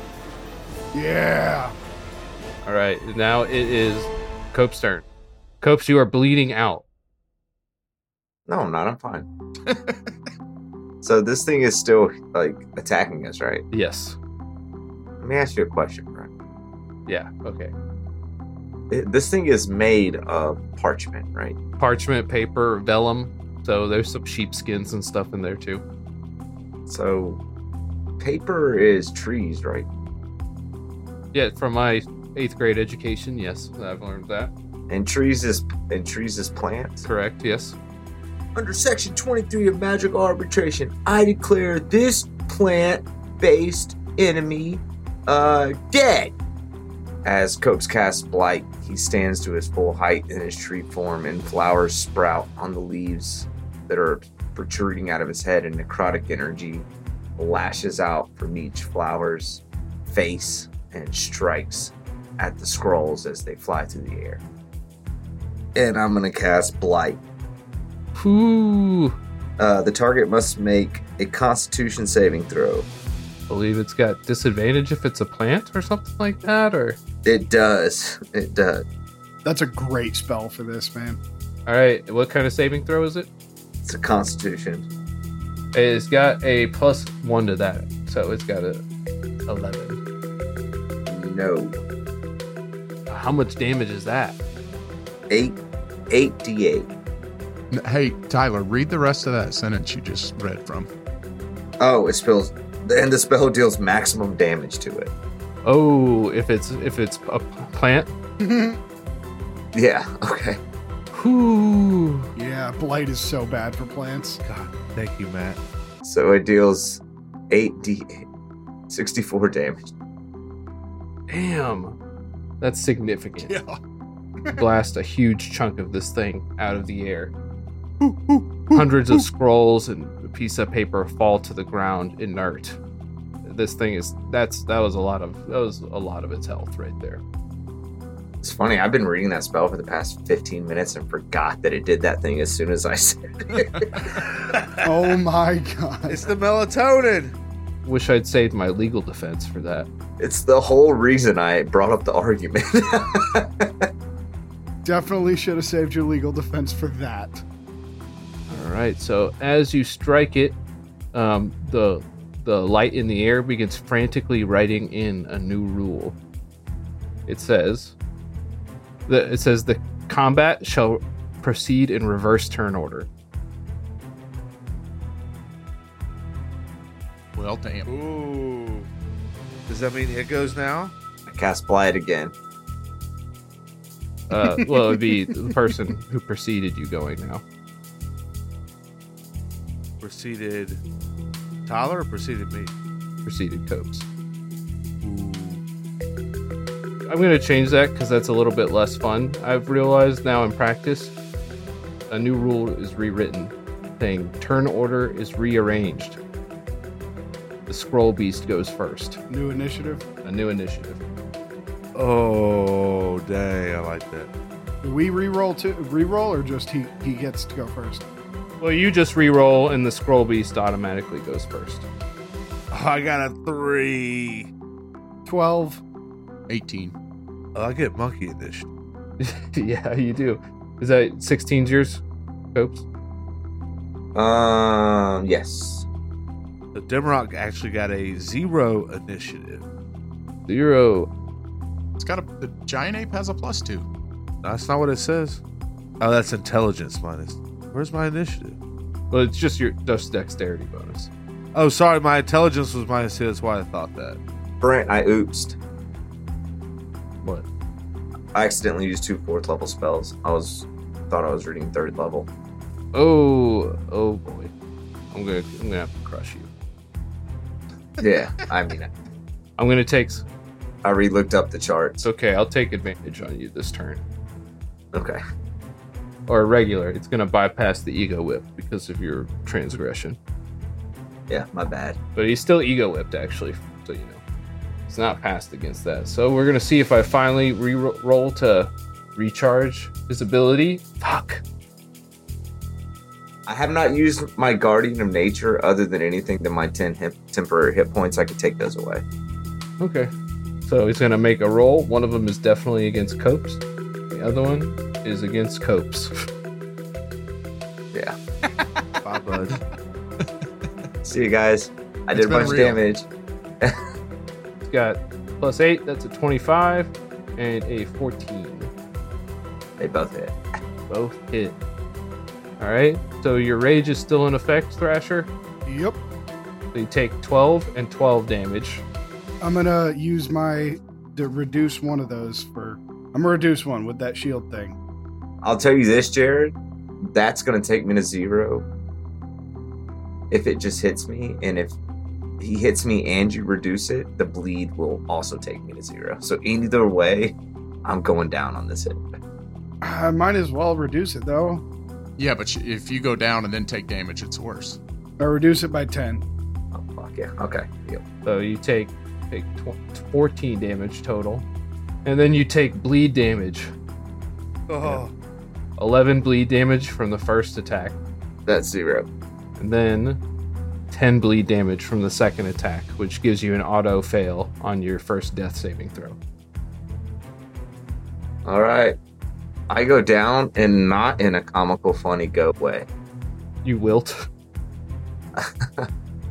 S8: Yeah.
S2: All right, now it is Cope's turn. Cope's, you are bleeding out.
S6: No, I'm not. I'm fine. so this thing is still like attacking us, right?
S2: Yes.
S6: Let me ask you a question, Brian.
S2: Yeah. Okay.
S6: It- This thing is made of parchment, right?
S2: Parchment, paper, vellum. So there's some sheepskins and stuff in there too.
S6: So paper is trees, right?
S2: Yeah, from my eighth grade education, yes, I've learned that.
S6: And trees is and trees is plants.
S2: Correct. Yes.
S6: Under Section 23 of Magic Arbitration, I declare this plant-based enemy uh, dead. As Copes casts Blight, he stands to his full height in his tree form, and flowers sprout on the leaves that are protruding out of his head, and necrotic energy lashes out from each flower's face and strikes at the scrolls as they fly through the air. And I'm going to cast Blight.
S2: Whoo.
S6: Uh, the target must make a Constitution saving throw
S2: believe it's got disadvantage if it's a plant or something like that. Or
S6: It does. It does.
S8: That's a great spell for this, man.
S2: all right, what kind of saving throw is it?
S6: It's a constitution.
S2: It's got a plus one to that, so it's got a eleven.
S6: No.
S2: How much damage is that?
S6: Eight. Eight D eight.
S1: N- Hey, Tyler, read the rest of that sentence you just read from.
S6: Oh, it spells. And the spell deals maximum damage to it.
S2: Oh, if it's if it's a plant,
S6: Yeah. Okay.
S2: whoo.
S8: Yeah, blight is so bad for plants.
S5: God, thank you, Matt.
S6: So it deals eight D eight. Sixty four damage.
S2: Damn. That's significant. Blast a huge chunk of this thing out of the air. Hundreds of scrolls and a piece of paper fall to the ground inert. This thing is that's that was a lot of that was a lot of its health right there.
S6: It's funny. I've been reading that spell for the past fifteen minutes and forgot that it did that thing as soon as I said it.
S8: Oh my god.
S5: It's the melatonin.
S2: Wish I'd saved my legal defense for that.
S6: it's the whole reason I brought up the argument.
S8: Definitely should have saved your legal defense for that.
S2: All right. So as you strike it, um, the the light in the air begins frantically writing in a new rule. It says, "The it says the combat shall proceed in reverse turn order."
S1: Well, damn.
S5: Ooh. Does that mean it goes now?
S6: I cast Blight again.
S2: Uh, well, it'd be the person who preceded you going now.
S5: Preceded Tyler or preceded me?
S2: Preceded Copes.
S5: Ooh.
S2: I'm gonna change that because that's a little bit less fun. I've realized now in practice, a new rule is rewritten, saying turn order is rearranged. The scroll beast goes first.
S8: New initiative.
S2: A new initiative.
S5: Oh, dang. I like that.
S8: Do we re-roll to re-roll or just he he gets to go first?
S2: Well, you just re-roll, and the scroll beast automatically goes first.
S5: Oh, I got a three.
S8: Twelve.
S1: 18.
S5: Oh, I get monkey in this.
S2: yeah, you do. Is that 16's yours? Oops.
S6: Um. Yes.
S5: So Demarok actually got a zero initiative.
S2: Zero.
S1: It's got a. The giant ape has a plus two.
S5: That's not what it says. Oh, that's intelligence minus. Where's my initiative?
S2: Well, it's just your just dexterity bonus.
S5: Oh, sorry, my intelligence was minus two. That's why I thought that.
S6: Brent, I oopsed.
S2: What?
S6: I accidentally used two fourth level spells. I was thought I was reading third level.
S2: Oh, oh boy. I'm gonna I'm gonna have to crush you.
S6: Yeah. I mean,
S2: I'm gonna take. s-
S6: I re looked up the charts.
S2: It's okay. I'll take advantage on you this turn,
S6: Okay.
S2: or regular. It's gonna bypass the ego whip because of your transgression.
S6: Yeah. My bad.
S2: but he's still ego whipped actually so you know it's not passed against that so we're gonna see if i finally re-roll to recharge his ability fuck
S6: I have not used my guardian of nature other than anything than my ten hip, temporary hit points. I could take those away.
S2: okay so he's gonna make a roll one of them is definitely against copes the other one is against copes
S6: Yeah.
S5: Bye, bud.
S6: See you guys. I
S1: It's
S6: did a
S1: been
S6: bunch of
S1: real.
S6: damage.
S2: he's got plus 8 that's a 25 and a 14
S6: They both hit.
S2: both hit all right so your rage is still in effect thrasher
S8: Yep.
S2: so you take 12 and 12 damage
S8: I'm gonna use my to reduce one of those for. I'm gonna reduce one with that shield thing.
S6: I'll tell you this, Jared. That's gonna take me to zero. If it just hits me, and if he hits me and you reduce it, the bleed will also take me to zero. So either way, I'm going down on this hit.
S8: I might as well reduce it though.
S1: Yeah, but you- if you go down and then take damage, it's worse.
S8: I reduce it by ten.
S6: Oh fuck yeah. Okay. Deal.
S2: So you take take tw- 14 damage total, and then you take bleed damage.
S5: Oh,
S2: 11 bleed damage from the first attack,
S6: That's zero.
S2: and then 10 10 bleed damage from the second attack, which gives you an auto fail on your first death saving throw.
S6: All right. I go down and not in a comical, funny goat way.
S2: You wilt.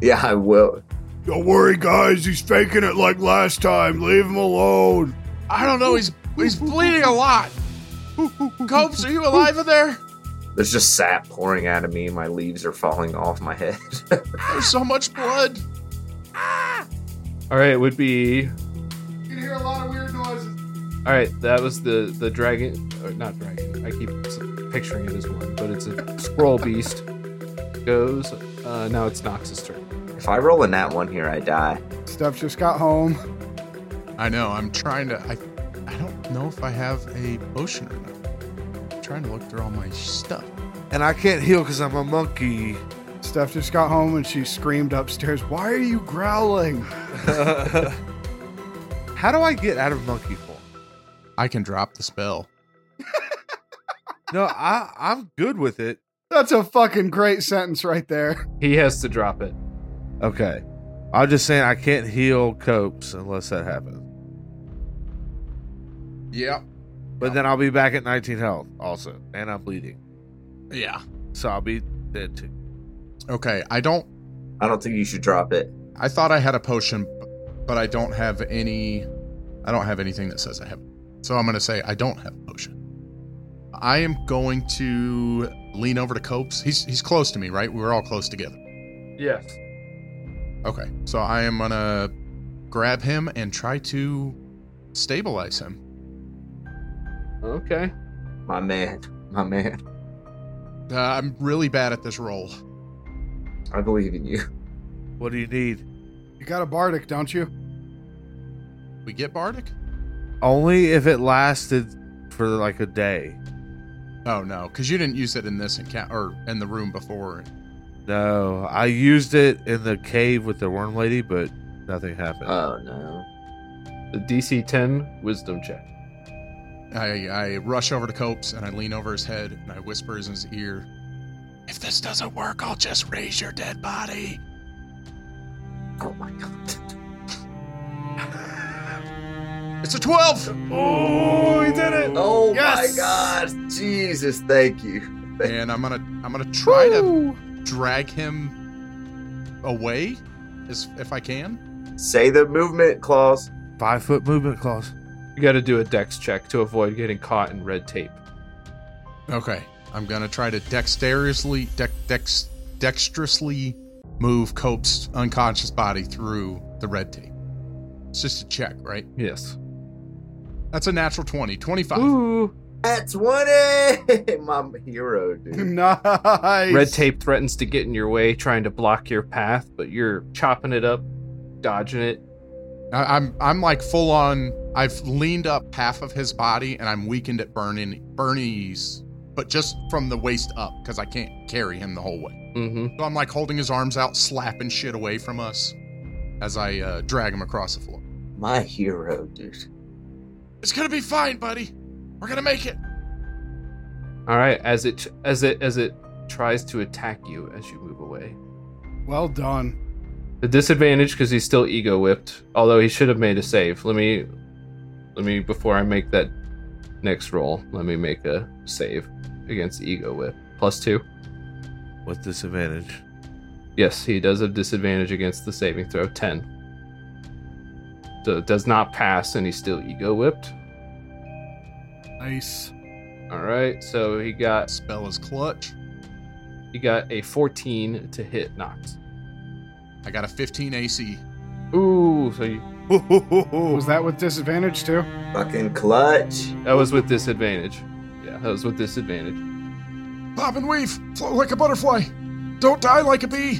S6: Yeah, I will.
S3: Don't worry, guys. He's faking it like last time. Leave him alone.
S1: I don't know. He's he's bleeding a lot. Copes, are you alive in there?
S6: There's just sap pouring out of me. My leaves are falling off my head.
S1: There's so much blood.
S2: All right, it would be
S8: You can hear a lot of weird noises.
S2: All right, that was the the dragon, or not dragon. I keep s- picturing it as one, but it's a scroll beast. Goes. Uh, now it's Nox's turn.
S6: if I roll in that one here, I die.
S8: Steph just got home.
S1: I know. I'm trying to. I I don't know if I have a potion or not. I'm trying to look through all my stuff.
S5: And I can't heal because I'm a monkey.
S8: Steph just got home and she screamed upstairs, Why are you growling?
S5: How do I get out of monkey form?
S1: I can drop the spell.
S5: No, I I'm good with it.
S8: That's a fucking great sentence right there.
S2: He has to drop it.
S5: Okay. I'm just saying I can't heal copes unless that happens.
S1: Yeah.
S5: But then I'll be back at 19 health also, and I'm bleeding,
S1: Yeah.
S5: so I'll be dead too.
S1: Okay. I don't.
S6: I don't think you should drop it.
S1: I thought I had a potion, but I don't have any. I don't have anything that says I have. it. So I'm gonna say I don't have a potion. I am going to lean over to Copes. He's he's close to me, right? We were all close together.
S2: Yes.
S1: Okay. So I am gonna grab him and try to stabilize him.
S2: Okay.
S6: My man. My man.
S1: Uh, I'm really bad at this roll.
S6: I believe in you.
S5: What do you need?
S8: You got a bardic, don't you?
S1: We get Bardic?
S5: Only if it lasted for like a day.
S1: Oh no, because you didn't use it in this encounter or in the room before.
S5: No, I used it in the cave with the worm lady, but nothing happened.
S6: Oh, no.
S2: The DC 10 Wisdom check.
S1: I, I rush over to Copes and I lean over his head and I whisper in his ear, If this doesn't work, I'll just raise your dead body.
S6: Oh, my God.
S1: It's a 12!
S7: Oh, he did it!
S6: Oh,
S1: Yes!
S6: my God. Jesus, thank you.
S1: And I'm gonna I'm gonna try to drag him away as, if I can.
S6: Say the movement, Claus.
S5: Five foot movement clause.
S2: You got to do a dex check to avoid getting caught in red tape.
S1: Okay. I'm gonna try to dexterously dex, dex dexterously move Cope's unconscious body through the red tape. It's just a check, right?
S2: Yes.
S1: That's a natural 20. 25.
S2: Ooh.
S6: At 20! My hero, dude.
S8: nice.
S2: Red tape threatens to get in your way, trying to block your path, but you're chopping it up, dodging it.
S1: I, I'm I'm like full on. I've leaned up half of his body, and I'm weakened at burning Bernie's, but just from the waist up because I can't carry him the whole way.
S2: Mm-hmm.
S1: So I'm like holding his arms out, slapping shit away from us as I uh, drag him across the floor.
S6: My hero, dude.
S1: It's gonna be fine, buddy. We're gonna make it.
S2: All right. As it as it as it tries to attack you as you move away,
S8: Well done.
S2: The disadvantage because he's still ego whipped, although he should have made a save. Let me, let me before I make that next roll. Let me make a save against ego whip plus two.
S5: With disadvantage.
S2: Yes, he does have disadvantage against the saving throw ten. So it does not pass, and he's still ego whipped.
S8: Nice.
S2: All right, so he got
S1: Spell is clutch.
S2: he got a fourteen to hit Nox.
S1: I got a 15 AC.
S2: Ooh, so you,
S8: Was that with disadvantage too?
S6: Fucking clutch.
S2: that was with disadvantage. Yeah, that was with disadvantage.
S1: Bob and weave, float like a butterfly. Don't die like a bee.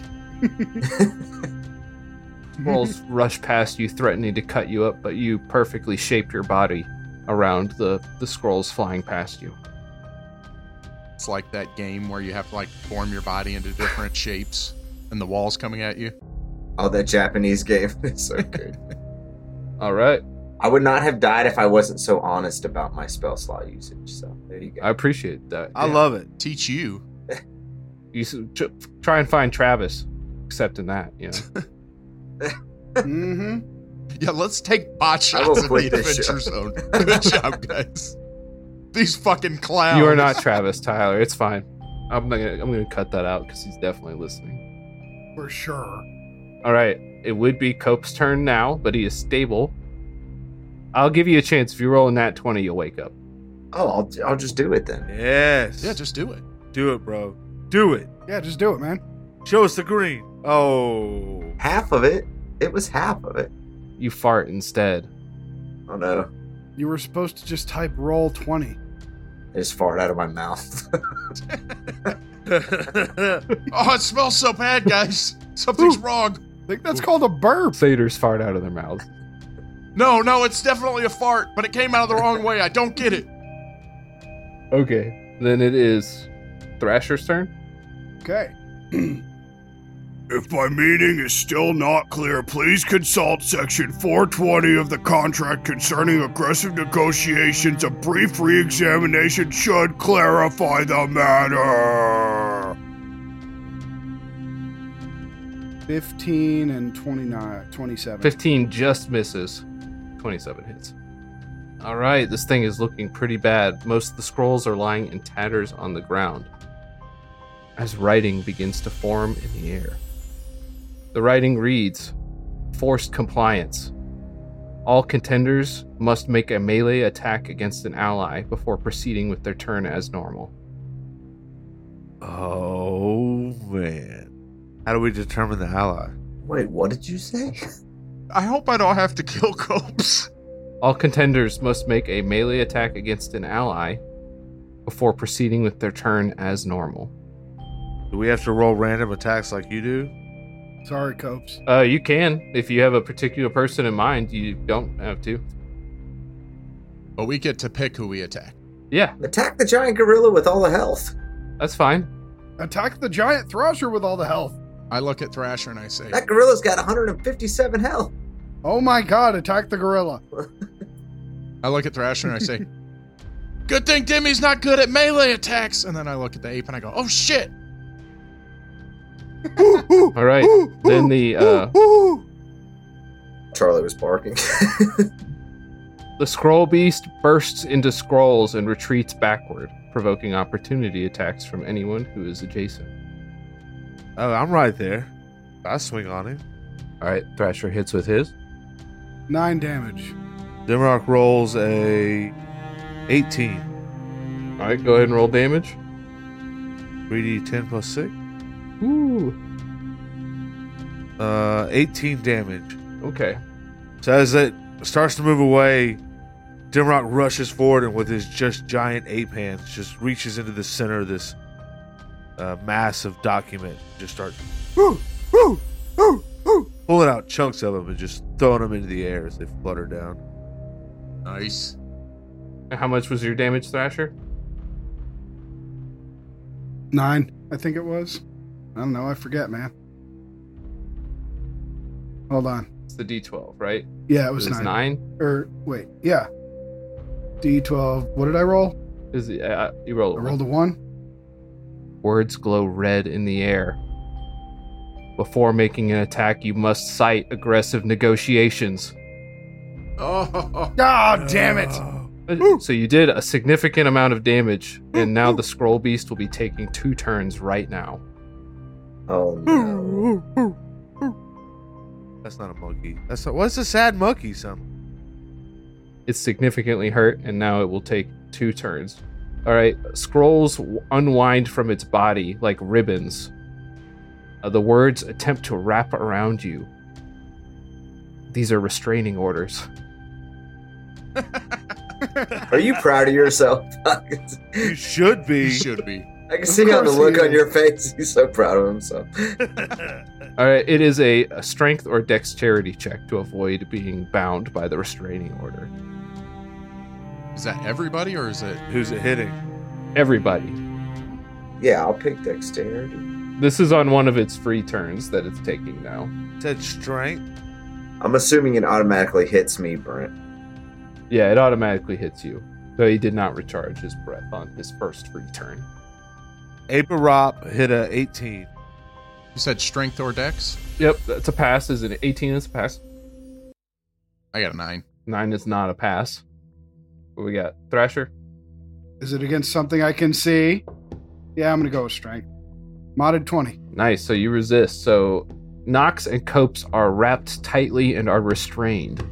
S2: Squirrels rush past you, threatening to cut you up, but you perfectly shape your body around the, the scrolls flying past you.
S1: It's like that game where you have to like form your body into different shapes, and the walls coming at you.
S6: Oh, that Japanese game is so good.
S2: All right.
S6: I would not have died if I wasn't so honest about my spell slot usage. So there you go.
S2: I appreciate that.
S5: I love it.
S1: Teach you.
S2: You s- tr- try and find Travis. accepting that. You know,
S8: mm-hmm.
S1: Yeah, let's take bot
S6: I will
S1: shots in the
S6: quit this
S1: adventure zone. Good job, guys. These fucking clowns.
S2: you are not Travis Tyler. It's fine. I'm not gonna. I'm gonna cut that out because he's definitely listening.
S8: For sure.
S2: All right, it would be Cope's turn now, but he is stable. I'll give you a chance. If you roll a nat twenty, you'll wake up.
S6: Oh, I'll, I'll just do it then.
S5: Yes.
S1: Yeah, just do it.
S5: do it, bro. Do it.
S8: Yeah, just do it, man.
S5: Show us the green. Oh.
S6: Half of it. It was half of it.
S2: You fart instead.
S6: Oh no.
S8: You were supposed to just type roll 20.
S6: I just farted out of my mouth.
S5: That's
S1: Oh, it smells so bad, guys. Something's wrong.
S8: I think that's called a burp.
S2: Satyrs fart out of their mouths.
S1: No, no, it's definitely a fart, but it came out the wrong way. I don't get it.
S2: Okay, then it is Thrasher's turn.
S8: Okay.
S3: If my meaning is still not clear, please consult section 420 of the contract concerning aggressive negotiations. A brief re examination should clarify the matter.
S8: 15 and 29, 27.
S2: Fifteen just misses. Twenty-seven hits. All right, this thing is looking pretty bad. Most of the scrolls are lying in tatters on the ground. As writing begins to form in the air, the writing reads, "Forced compliance." All contenders must make a melee attack against an ally before proceeding with their turn as normal.
S5: Oh man. How do we determine the ally?
S6: Wait, what did you say?
S1: I hope I don't have to kill Copes.
S2: All contenders must make a melee attack against an ally before proceeding with their turn as normal.
S5: Do we have to roll random attacks like you do?
S8: Sorry, Copes.
S2: Uh, you can if you have a particular person in mind. You don't have to.
S1: But we get to pick who we attack.
S2: Yeah,
S6: Attack the giant gorilla with all the health.
S2: that's fine.
S8: Attack the giant thrasher with all the health.
S1: I look at Thrasher and I say,
S6: That gorilla's got 157 health.
S8: Oh my god, attack the gorilla.
S1: I look at Thrasher and I say, Good thing Demi's not good at melee attacks. And then I look at the ape and I go, Oh shit.
S2: All right. then the uh,
S6: Charlie was barking.
S2: the scroll beast bursts into scrolls and retreats backward, provoking opportunity attacks from anyone who is adjacent.
S5: Oh, I'm right there. I swing on him.
S2: All right, Thrasher hits with his.
S8: Nine damage.
S5: Demarok rolls a 18.
S2: All right, go ahead and roll damage.
S5: 3d10 plus 6.
S2: Ooh.
S5: Uh, 18 damage.
S2: Okay.
S5: So as it starts to move away, Dimrock rushes forward and with his just giant ape hands just reaches into the center of this uh, mass of document. Just start pulling out chunks of them and just throwing them into the air as they flutter down.
S1: Nice.
S2: How much was your damage, Thrasher?
S8: Nine, I think it was. I don't know. I forget, man. Hold on.
S2: It's the D12, right?
S8: Yeah, it was
S2: It's
S8: nine.
S2: nine.
S8: Or wait, yeah. D12. What did I roll?
S2: Is it, uh, you roll.
S8: I
S2: it.
S8: rolled a one.
S2: Words glow red in the air. Before making an attack, you must cite aggressive negotiations.
S1: Oh,
S8: Oh, damn it.
S2: Uh, So you did a significant amount of damage, and now the scroll beast will be taking two turns right now.
S6: oh no.
S5: That's not a monkey. That's not, what's a sad monkey? Something.
S2: It's significantly hurt, and now it will take two turns. All right, scrolls w- unwind from its body like ribbons. Uh, the words attempt to wrap around you. These are restraining orders.
S6: Are you proud of yourself? I
S5: You should
S1: you
S5: be.
S1: should be.
S6: can see on the
S8: course
S6: look
S8: he
S6: on
S8: is.
S6: your face. He's so proud of himself.
S2: All right, Uh, it is a, a strength or dexterity check to avoid being bound by the restraining order.
S1: Is that everybody or is it?
S5: Who's it hitting?
S2: Everybody.
S6: Yeah, I'll pick dexterity.
S2: This is on one of its free turns that it's taking now.
S5: It Said strength.
S6: I'm assuming it automatically hits me, Brent.
S2: Yeah, it automatically hits you. Though he did not recharge his breath on his first free turn.
S5: Ape Rop hit a 18.
S1: You said strength or dex?
S2: Yep, that's a pass. Is an 18 is a pass.
S1: I got a nine.
S2: Nine is not a pass. What we got? Thrasher?
S8: Is it against something I can see? Yeah, I'm gonna go with strength. Modded twenty.
S2: Nice. So you resist. So Knox and Copes are wrapped tightly and are restrained.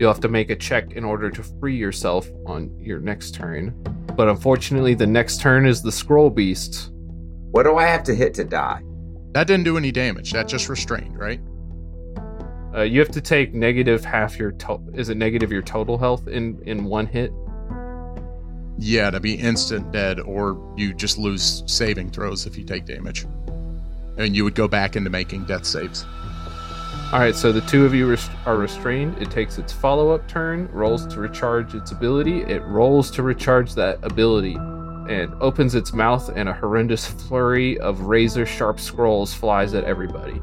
S2: You'll have to make a check in order to free yourself on your next turn. But unfortunately, the next turn is the Scroll Beast.
S6: What do I have to hit to die?
S1: That didn't do any damage. That just restrained, right?
S2: Uh, you have to take negative half your to- is it negative your total health in in one hit?
S1: Yeah, to be instant dead, or you just lose saving throws if you take damage. And you would go back into making death saves.
S2: All right, so the two of you rest- are restrained. It takes its follow up turn, rolls to recharge its ability. It rolls to recharge that ability and opens its mouth, and a horrendous flurry of razor sharp scrolls flies at everybody.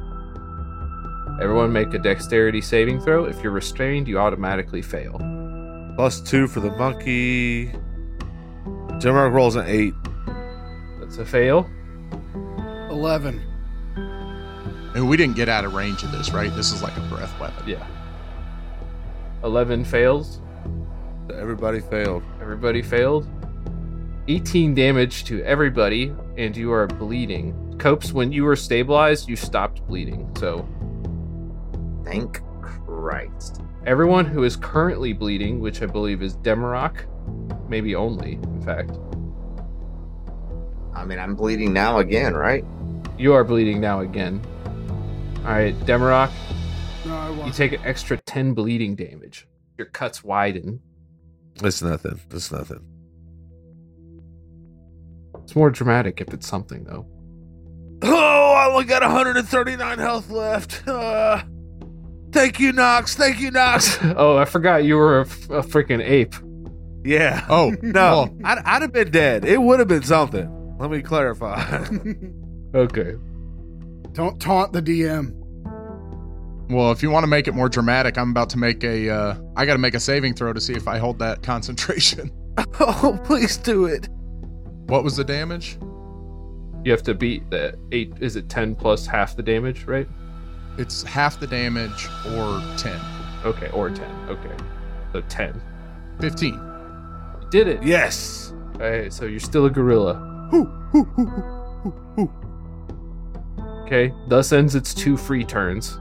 S2: Everyone make a dexterity saving throw. If you're restrained, you automatically fail.
S5: Plus two for the monkey. Jimmerk rolls an eight.
S2: That's a fail.
S8: Eleven.
S1: And we didn't get out of range of this, right? This is like a breath weapon.
S2: Yeah. 11 fails.
S5: So everybody failed.
S2: Everybody failed. 18 damage to everybody, and you are bleeding. Copes, when you were stabilized, you stopped bleeding. So
S6: Thank Christ.
S2: everyone who is currently bleeding, which I believe is Demarok, maybe only, in fact,
S6: I mean, I'm bleeding now again, right?
S2: you are bleeding now again. All right, Demarok,
S8: No, I
S2: you
S8: won't.
S2: take an extra 10 bleeding damage. Your cuts widen.
S5: It's nothing. It's nothing.
S2: It's more dramatic if it's something, though.
S5: Oh, I only got 139 health left. Uh, thank you, Knox. Thank you, Knox.
S2: Oh, I forgot you were a, f- a freaking ape.
S5: Yeah.
S1: Oh,
S5: No, I'd, I'd have been dead. It would have been something. Let me clarify.
S2: Okay.
S8: Don't taunt the DM.
S1: Well, well, if you want to make it more dramatic, I'm about to make a. Uh, I got to make a saving throw to see if I hold that concentration.
S5: oh, please do it.
S1: What was the damage?
S2: You have to beat the eight. Is it ten plus half the damage, right?
S1: It's half the damage or 10.
S2: Okay, or ten. Okay, so ten.
S1: 15.
S2: You did it.
S5: Yes.
S2: All right, so you're still a gorilla. Okay. Thus ends its two free turns.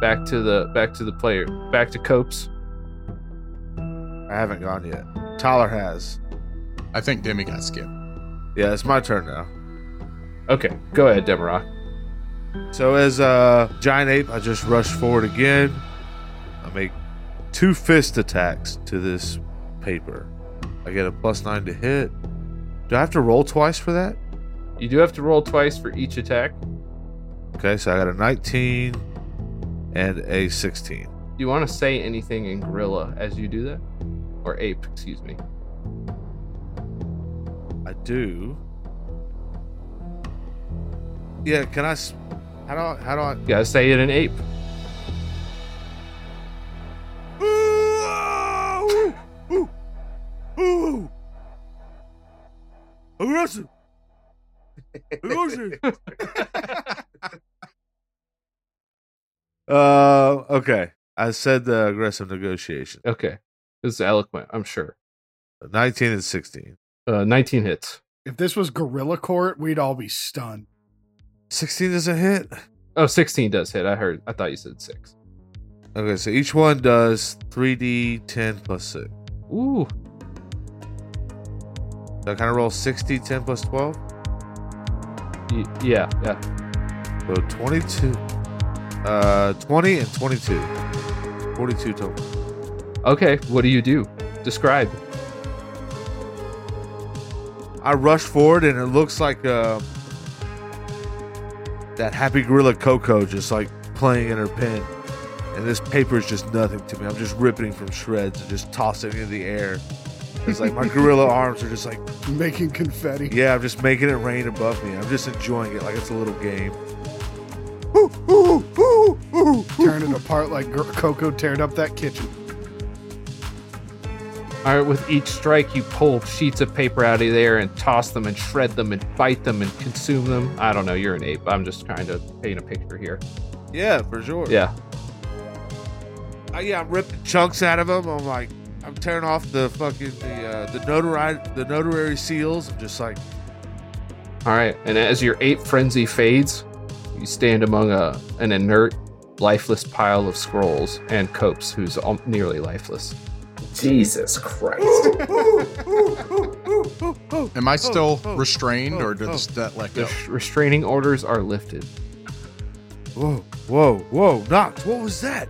S2: Back to the back to the player. Back to Copes.
S5: I haven't gone yet. Tyler has.
S1: I think Demi got skipped.
S5: Yeah, it's my turn now.
S2: Okay, go ahead, Demarok.
S5: So as a giant ape, I just rush forward again. I make two fist attacks to this paper. I get a plus nine to hit. Do I have to roll twice for that?
S2: You do have to roll twice for each attack.
S5: Okay, so I got a 19 and a 16.
S2: Do you want to say anything in gorilla as you do that, or ape? Excuse me.
S5: I do. Yeah, can I? s- How do I? How do I?
S2: You gotta say it in ape.
S5: Ooh, ooh, ooh, ooh. Aggressive. Aggressive. uh, okay. I said the aggressive negotiation.
S2: Okay, this is eloquent. I'm sure.
S5: 19 and 16.
S2: Uh, 19 hits.
S8: If this was Gorilla Court, we'd all be stunned.
S5: 16 is a hit.
S2: Oh, 16 does hit. I heard. I thought you said six.
S5: Okay, so each one does 3d 10 plus 6.
S2: Ooh.
S5: So I kind of roll 60, 10 plus 12.
S2: Y- yeah, yeah.
S5: So 22. Uh, 20 and 22. 42 total.
S2: Okay, what do you do? Describe.
S5: I rush forward and it looks like uh, that happy gorilla Coco just like playing in her pen. And this paper is just nothing to me. I'm just ripping from shreds and just tossing it in the air. It's like my gorilla arms are just like,
S8: Making confetti.
S5: yeah, I'm just making it rain above me. I'm just enjoying it like it's a little game.
S8: Tearing it apart like Gr- Coco teared up that kitchen.
S2: All right, with each strike, you pull sheets of paper out of there and toss them and shred them and bite them and consume them. I don't know. You're an ape. I'm just trying to paint a picture here.
S5: Yeah, for sure.
S2: Yeah.
S5: I, yeah, I'm ripping chunks out of them. I'm like, I'm tearing off the fucking the uh, the notari the notary seals. I'm just like,
S2: All right. And as your ape frenzy fades, you stand among a an inert, lifeless pile of scrolls and Copes, who's al- nearly lifeless.
S6: Jesus Christ.
S1: Am I
S5: Oh,
S1: still
S5: oh,
S1: restrained,
S5: oh,
S1: or did
S5: oh.
S1: that let
S2: The
S1: go?
S2: sh- restraining orders are lifted.
S5: whoa, whoa, whoa, Knox, what was that?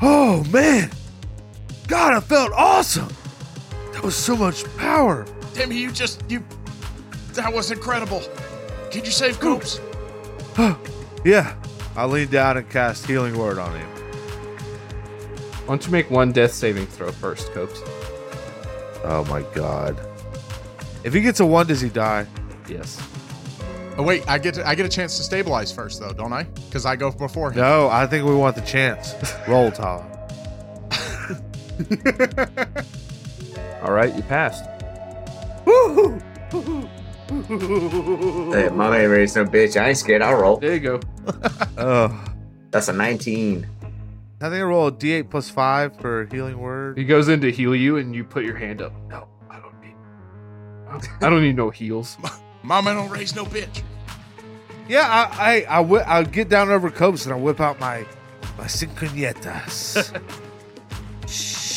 S5: Oh man, God, I felt awesome. That was so much power.
S1: Timmy, you just you. That was incredible. Did you save Coops?
S5: Yeah, I leaned down and cast healing word on him.
S2: Why don't you make one death saving throw first, Copes?
S5: Oh my god. If he gets a one, does he die?
S2: Yes.
S1: Oh wait, I get to, I get a chance to stabilize first though, don't I? Because I go before him.
S5: No, I think we want the chance. Roll, Tyler.
S2: All right, you passed.
S6: hey, mama ain't raised no bitch. I ain't scared. I'll roll.
S2: There you go.
S5: Oh.
S6: That's a 19.
S5: I think I roll a D8 plus five for healing word.
S2: He goes in to heal you, and you put your hand up. No, I don't need. I don't need no heals.
S1: Mama don't raise no bitch.
S5: Yeah, I I I whi- I'll get down over Copes and I whip out my my cinconetas. Shh.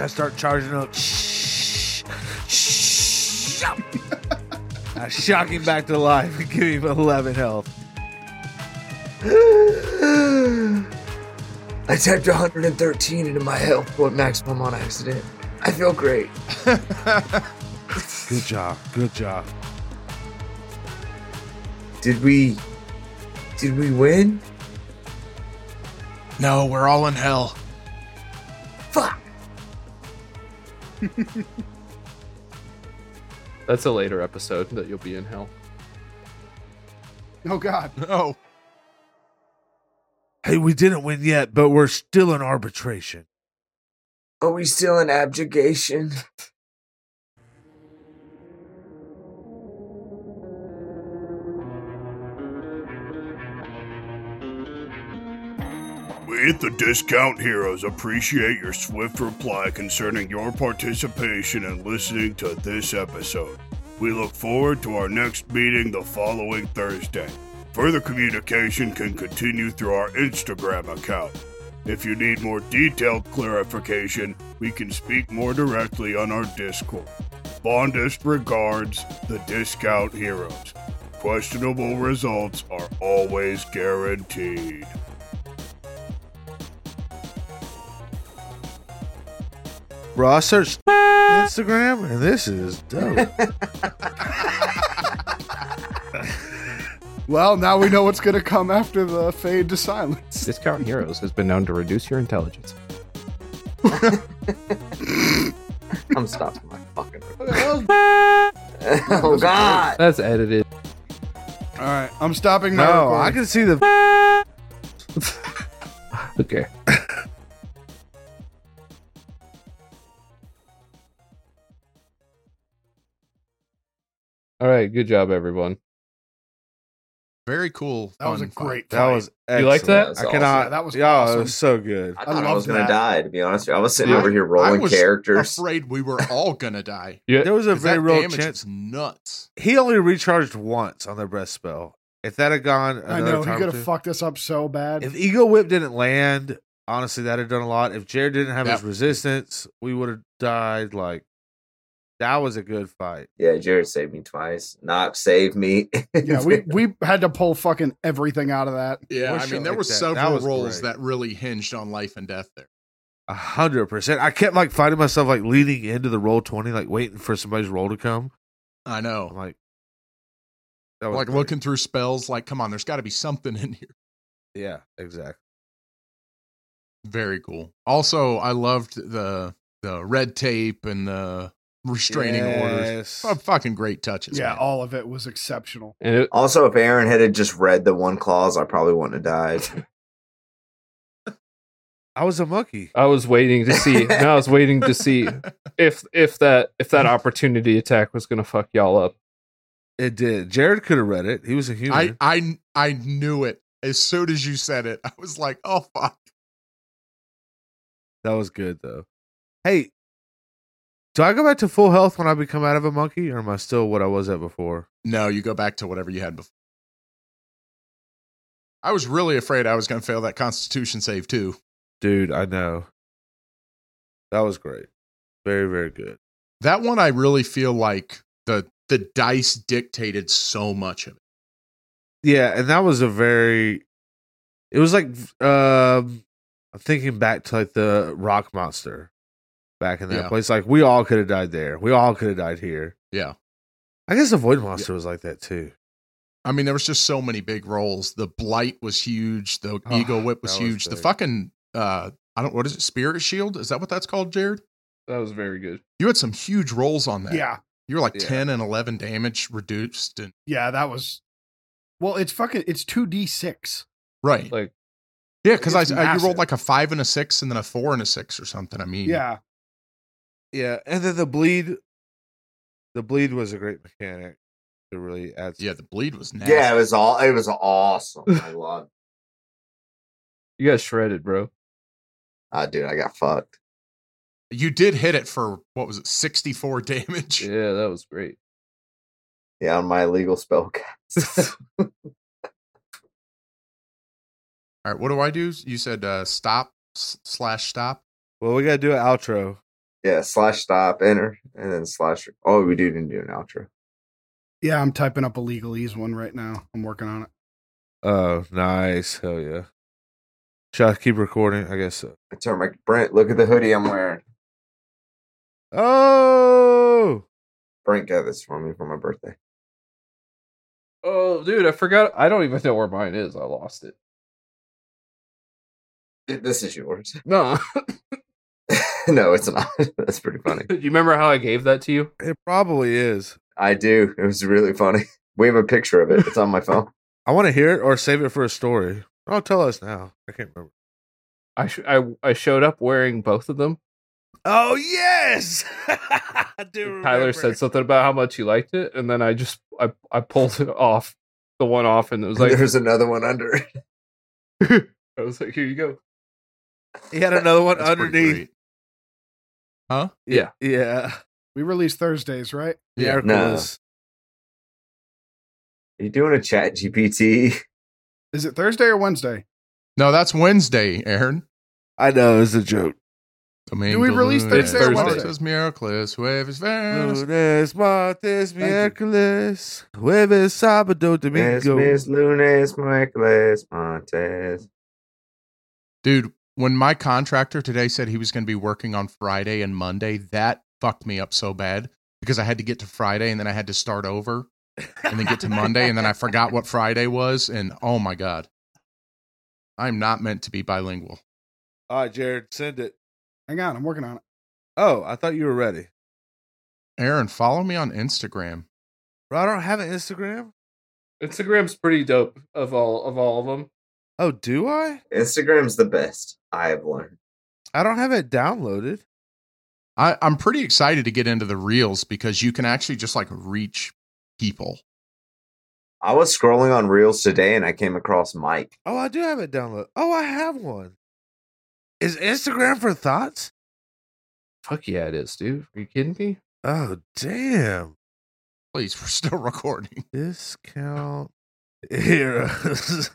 S5: I start charging up. Shh. Shh. I shock him back to life and give him 11 health.
S6: I tapped 113 into my health point maximum on accident. I feel great.
S5: Good job. Good job.
S6: Did we. Did we win?
S1: No, we're all in hell.
S6: Fuck!
S2: That's a later episode that you'll be in hell.
S8: Oh God.
S1: Oh,
S5: Hey, we didn't win yet, but we're still in arbitration.
S6: Are we still in abjugation?
S4: We at the Discount Heroes appreciate your swift reply concerning your participation and listening to this episode. We look forward to our next meeting the following Thursday. Further communication can continue through our Instagram account. If you need more detailed clarification, we can speak more directly on our Discord. Fondest regards, the Discount Heroes. Questionable results are always guaranteed.
S5: Bro, I searched Instagram and this is dope.
S8: Well, now we know what's gonna come after the fade to silence.
S2: Discount Heroes has been known to reduce your intelligence.
S6: I'm stopping my fucking. oh god!
S2: That's edited.
S8: All right, I'm stopping my
S5: no, I
S8: recording.
S5: can see the
S2: Okay. All right, good job, everyone.
S1: very cool.
S8: That was a
S1: fun fight.
S8: great.
S5: That
S8: fight.
S5: was
S2: You like that?
S5: I
S6: That's
S5: cannot.
S8: awesome.
S5: that
S8: That
S5: was
S8: was
S5: yeah, it
S8: awesome.
S5: was so good.
S6: I thought I,
S8: loved
S6: was gonna
S8: that.
S6: die, to be honest. with you. I was sitting over here
S1: I
S6: rolling
S1: was
S6: characters.
S1: Afraid we were all gonna die.
S5: There was a
S1: 'Cause
S5: very
S1: that
S5: real
S1: damage
S5: chance.
S1: was nuts.
S5: He only recharged once on the breath spell. If that had gone,
S8: I
S5: another
S8: know he
S5: time
S8: could
S5: or
S8: have
S5: two-
S8: fucked us up so bad.
S5: If Eagle Whip didn't land, honestly, that'd have done a lot. If Jared didn't have his
S1: That-
S5: resistance, we would have died. Like that was a good fight.
S6: Yeah, Jared saved me twice. Knox saved me.
S8: yeah, we we had to pull fucking everything out of that.
S1: Yeah,
S5: Or
S1: I
S5: shit
S1: mean, there
S5: like
S1: were
S5: that. That
S1: several
S5: was
S1: rolls
S5: great.
S1: that really hinged on life and death there.
S5: A hundred percent. I kept like finding myself like leaning into the roll twenty, like waiting for somebody's roll to come.
S1: I
S5: I'm
S1: know.
S5: like, that
S1: Like
S5: great.
S1: looking through spells, like, come on, there's got to be something in here.
S5: Yeah, exactly.
S1: Very cool. Also, I loved the the red tape and the restraining orders.
S5: Yes.
S1: F- fucking great touches.
S8: Yeah,
S1: man.
S8: all of it was exceptional.
S2: And it,
S6: also, if Aaron had had just read the one clause, I probably wouldn't have died.
S5: I was a monkey.
S1: Uh,
S2: I was waiting to see. no, I was waiting to see if if that if that opportunity attack was gonna fuck y'all up.
S5: It did. Jared could have read it. He was a human.
S1: I I I knew it as soon as you said it. I was like, oh fuck.
S5: that was good though. Hey, do I go back to full health when I become out of a monkey, or am I still what I was at before?
S1: No, you go back to whatever you had before. I was really afraid I was going to fail that Constitution save too.
S5: Dude, I know. That was great. Very, very good.
S1: That one, I really feel like the the dice dictated so much of it.
S5: Yeah, and that was a very. It was like um, I'm thinking back to like the rock monster, back in that
S1: Yeah.
S5: place. Like we all could have died there. We all could have died here.
S1: Yeah,
S5: I guess the void monster was like that too.
S1: I mean, there was just so many big roles. The blight was huge. The
S5: Oh,
S1: ego whip was
S5: that was
S1: huge. the
S5: big.
S1: fucking uh, I don't what is it? Spirit shield? Is that what that's called, Jared?
S2: That was very good.
S1: You had some huge rolls on that.
S8: Yeah.
S1: you were like
S5: Yeah.
S1: ten and eleven damage reduced, and
S8: Yeah, that was. Well, it's fucking. It's two d six.
S1: right,
S2: Like
S1: yeah, because
S8: it's
S1: I, I you
S8: massive.
S1: rolled like a five and a six, and then a four and a six or something. I
S5: Mm.
S1: mean,
S8: Yeah.
S5: Yeah, and then the bleed. The bleed was a great mechanic to really add.
S1: yeah, the bleed was nasty.
S6: Yeah, it was all it was awesome. I loved.
S2: you got shredded, bro.
S6: Ah, dude, I got fucked.
S1: you did hit it for what was it, sixty four damage?
S2: Yeah, that was great.
S6: Yeah, on my illegal spell cast.
S1: All right, what do I do? You said uh, stop s- slash stop.
S5: Well, we gotta do an outro.
S6: yeah, slash stop, enter, and then slash. Oh, we do didn't do an outro.
S8: Yeah, I'm typing up a legalese one right now. I'm working on it.
S5: Oh, nice. Hell yeah. Should I keep recording? I guess so.
S6: I turn my Brent. Look at the hoodie I'm wearing.
S5: Oh,
S6: Brent got this for me for my birthday.
S2: Oh, dude, I forgot. I don't even know where mine is. I lost it.
S6: Th- This is yours.
S2: No,
S6: no, it's not. That's pretty funny.
S2: you remember how I gave that to you?
S5: it probably is.
S6: I do. It was really funny. We have a picture of it. It's on my phone.
S5: I want to hear it or save it for a story. Oh, tell us now. I can't remember.
S2: I sh- I I showed up wearing both of them.
S5: Oh yes, I do.
S2: Tyler said something about how much he liked it, and then I just I I pulled it off the one off, and it was like
S6: There's another one under. it.
S2: I was like, here you go.
S5: he had another one
S1: That's pretty
S5: underneath.
S1: great. Huh?
S2: Yeah.
S5: yeah.
S8: We release Thursdays, right?
S1: Yeah.
S5: Miracles.
S6: You doing a chat GPT?
S8: Is it Thursday or Wednesday?
S1: No, that's Wednesday, Aaron.
S5: I know it's a joke.
S1: Domingo
S8: we release
S1: Luna.
S2: Thursday or Wednesday?
S1: Says miracles, jueves, viernes.
S5: Lunes, martes, miércoles, jueves, sábado,
S6: Miss
S5: domingo.
S6: Miss Lunes, Michaelis, Montes.
S1: Dude, when my contractor today said he was going to be working on Friday and Monday, that fucked me up so bad because I had to get to Friday and then I had to start over and then get to Monday and then I forgot what Friday was. And oh my God, I'm not meant to be bilingual.
S5: All right, Jared, send it.
S8: Hang on, I'm working on it.
S5: Oh, I thought you were ready.
S1: Aaron, follow me on Instagram.
S5: Bro, I don't have an Instagram.
S2: Instagram's pretty dope of all of all of them.
S5: Oh, do I?
S6: Instagram's the best. I have learned.
S5: I don't have it downloaded.
S1: I, I'm pretty excited to get into the reels because you can actually just like reach people.
S6: I was scrolling on Reels today and I came across Mike.
S5: Oh, I do have it downloaded. Oh, I have one. Is Instagram for thoughts?
S2: Fuck yeah, it is, dude. Are you kidding me?
S5: Oh, damn.
S1: Please, we're still recording.
S5: Discount heroes.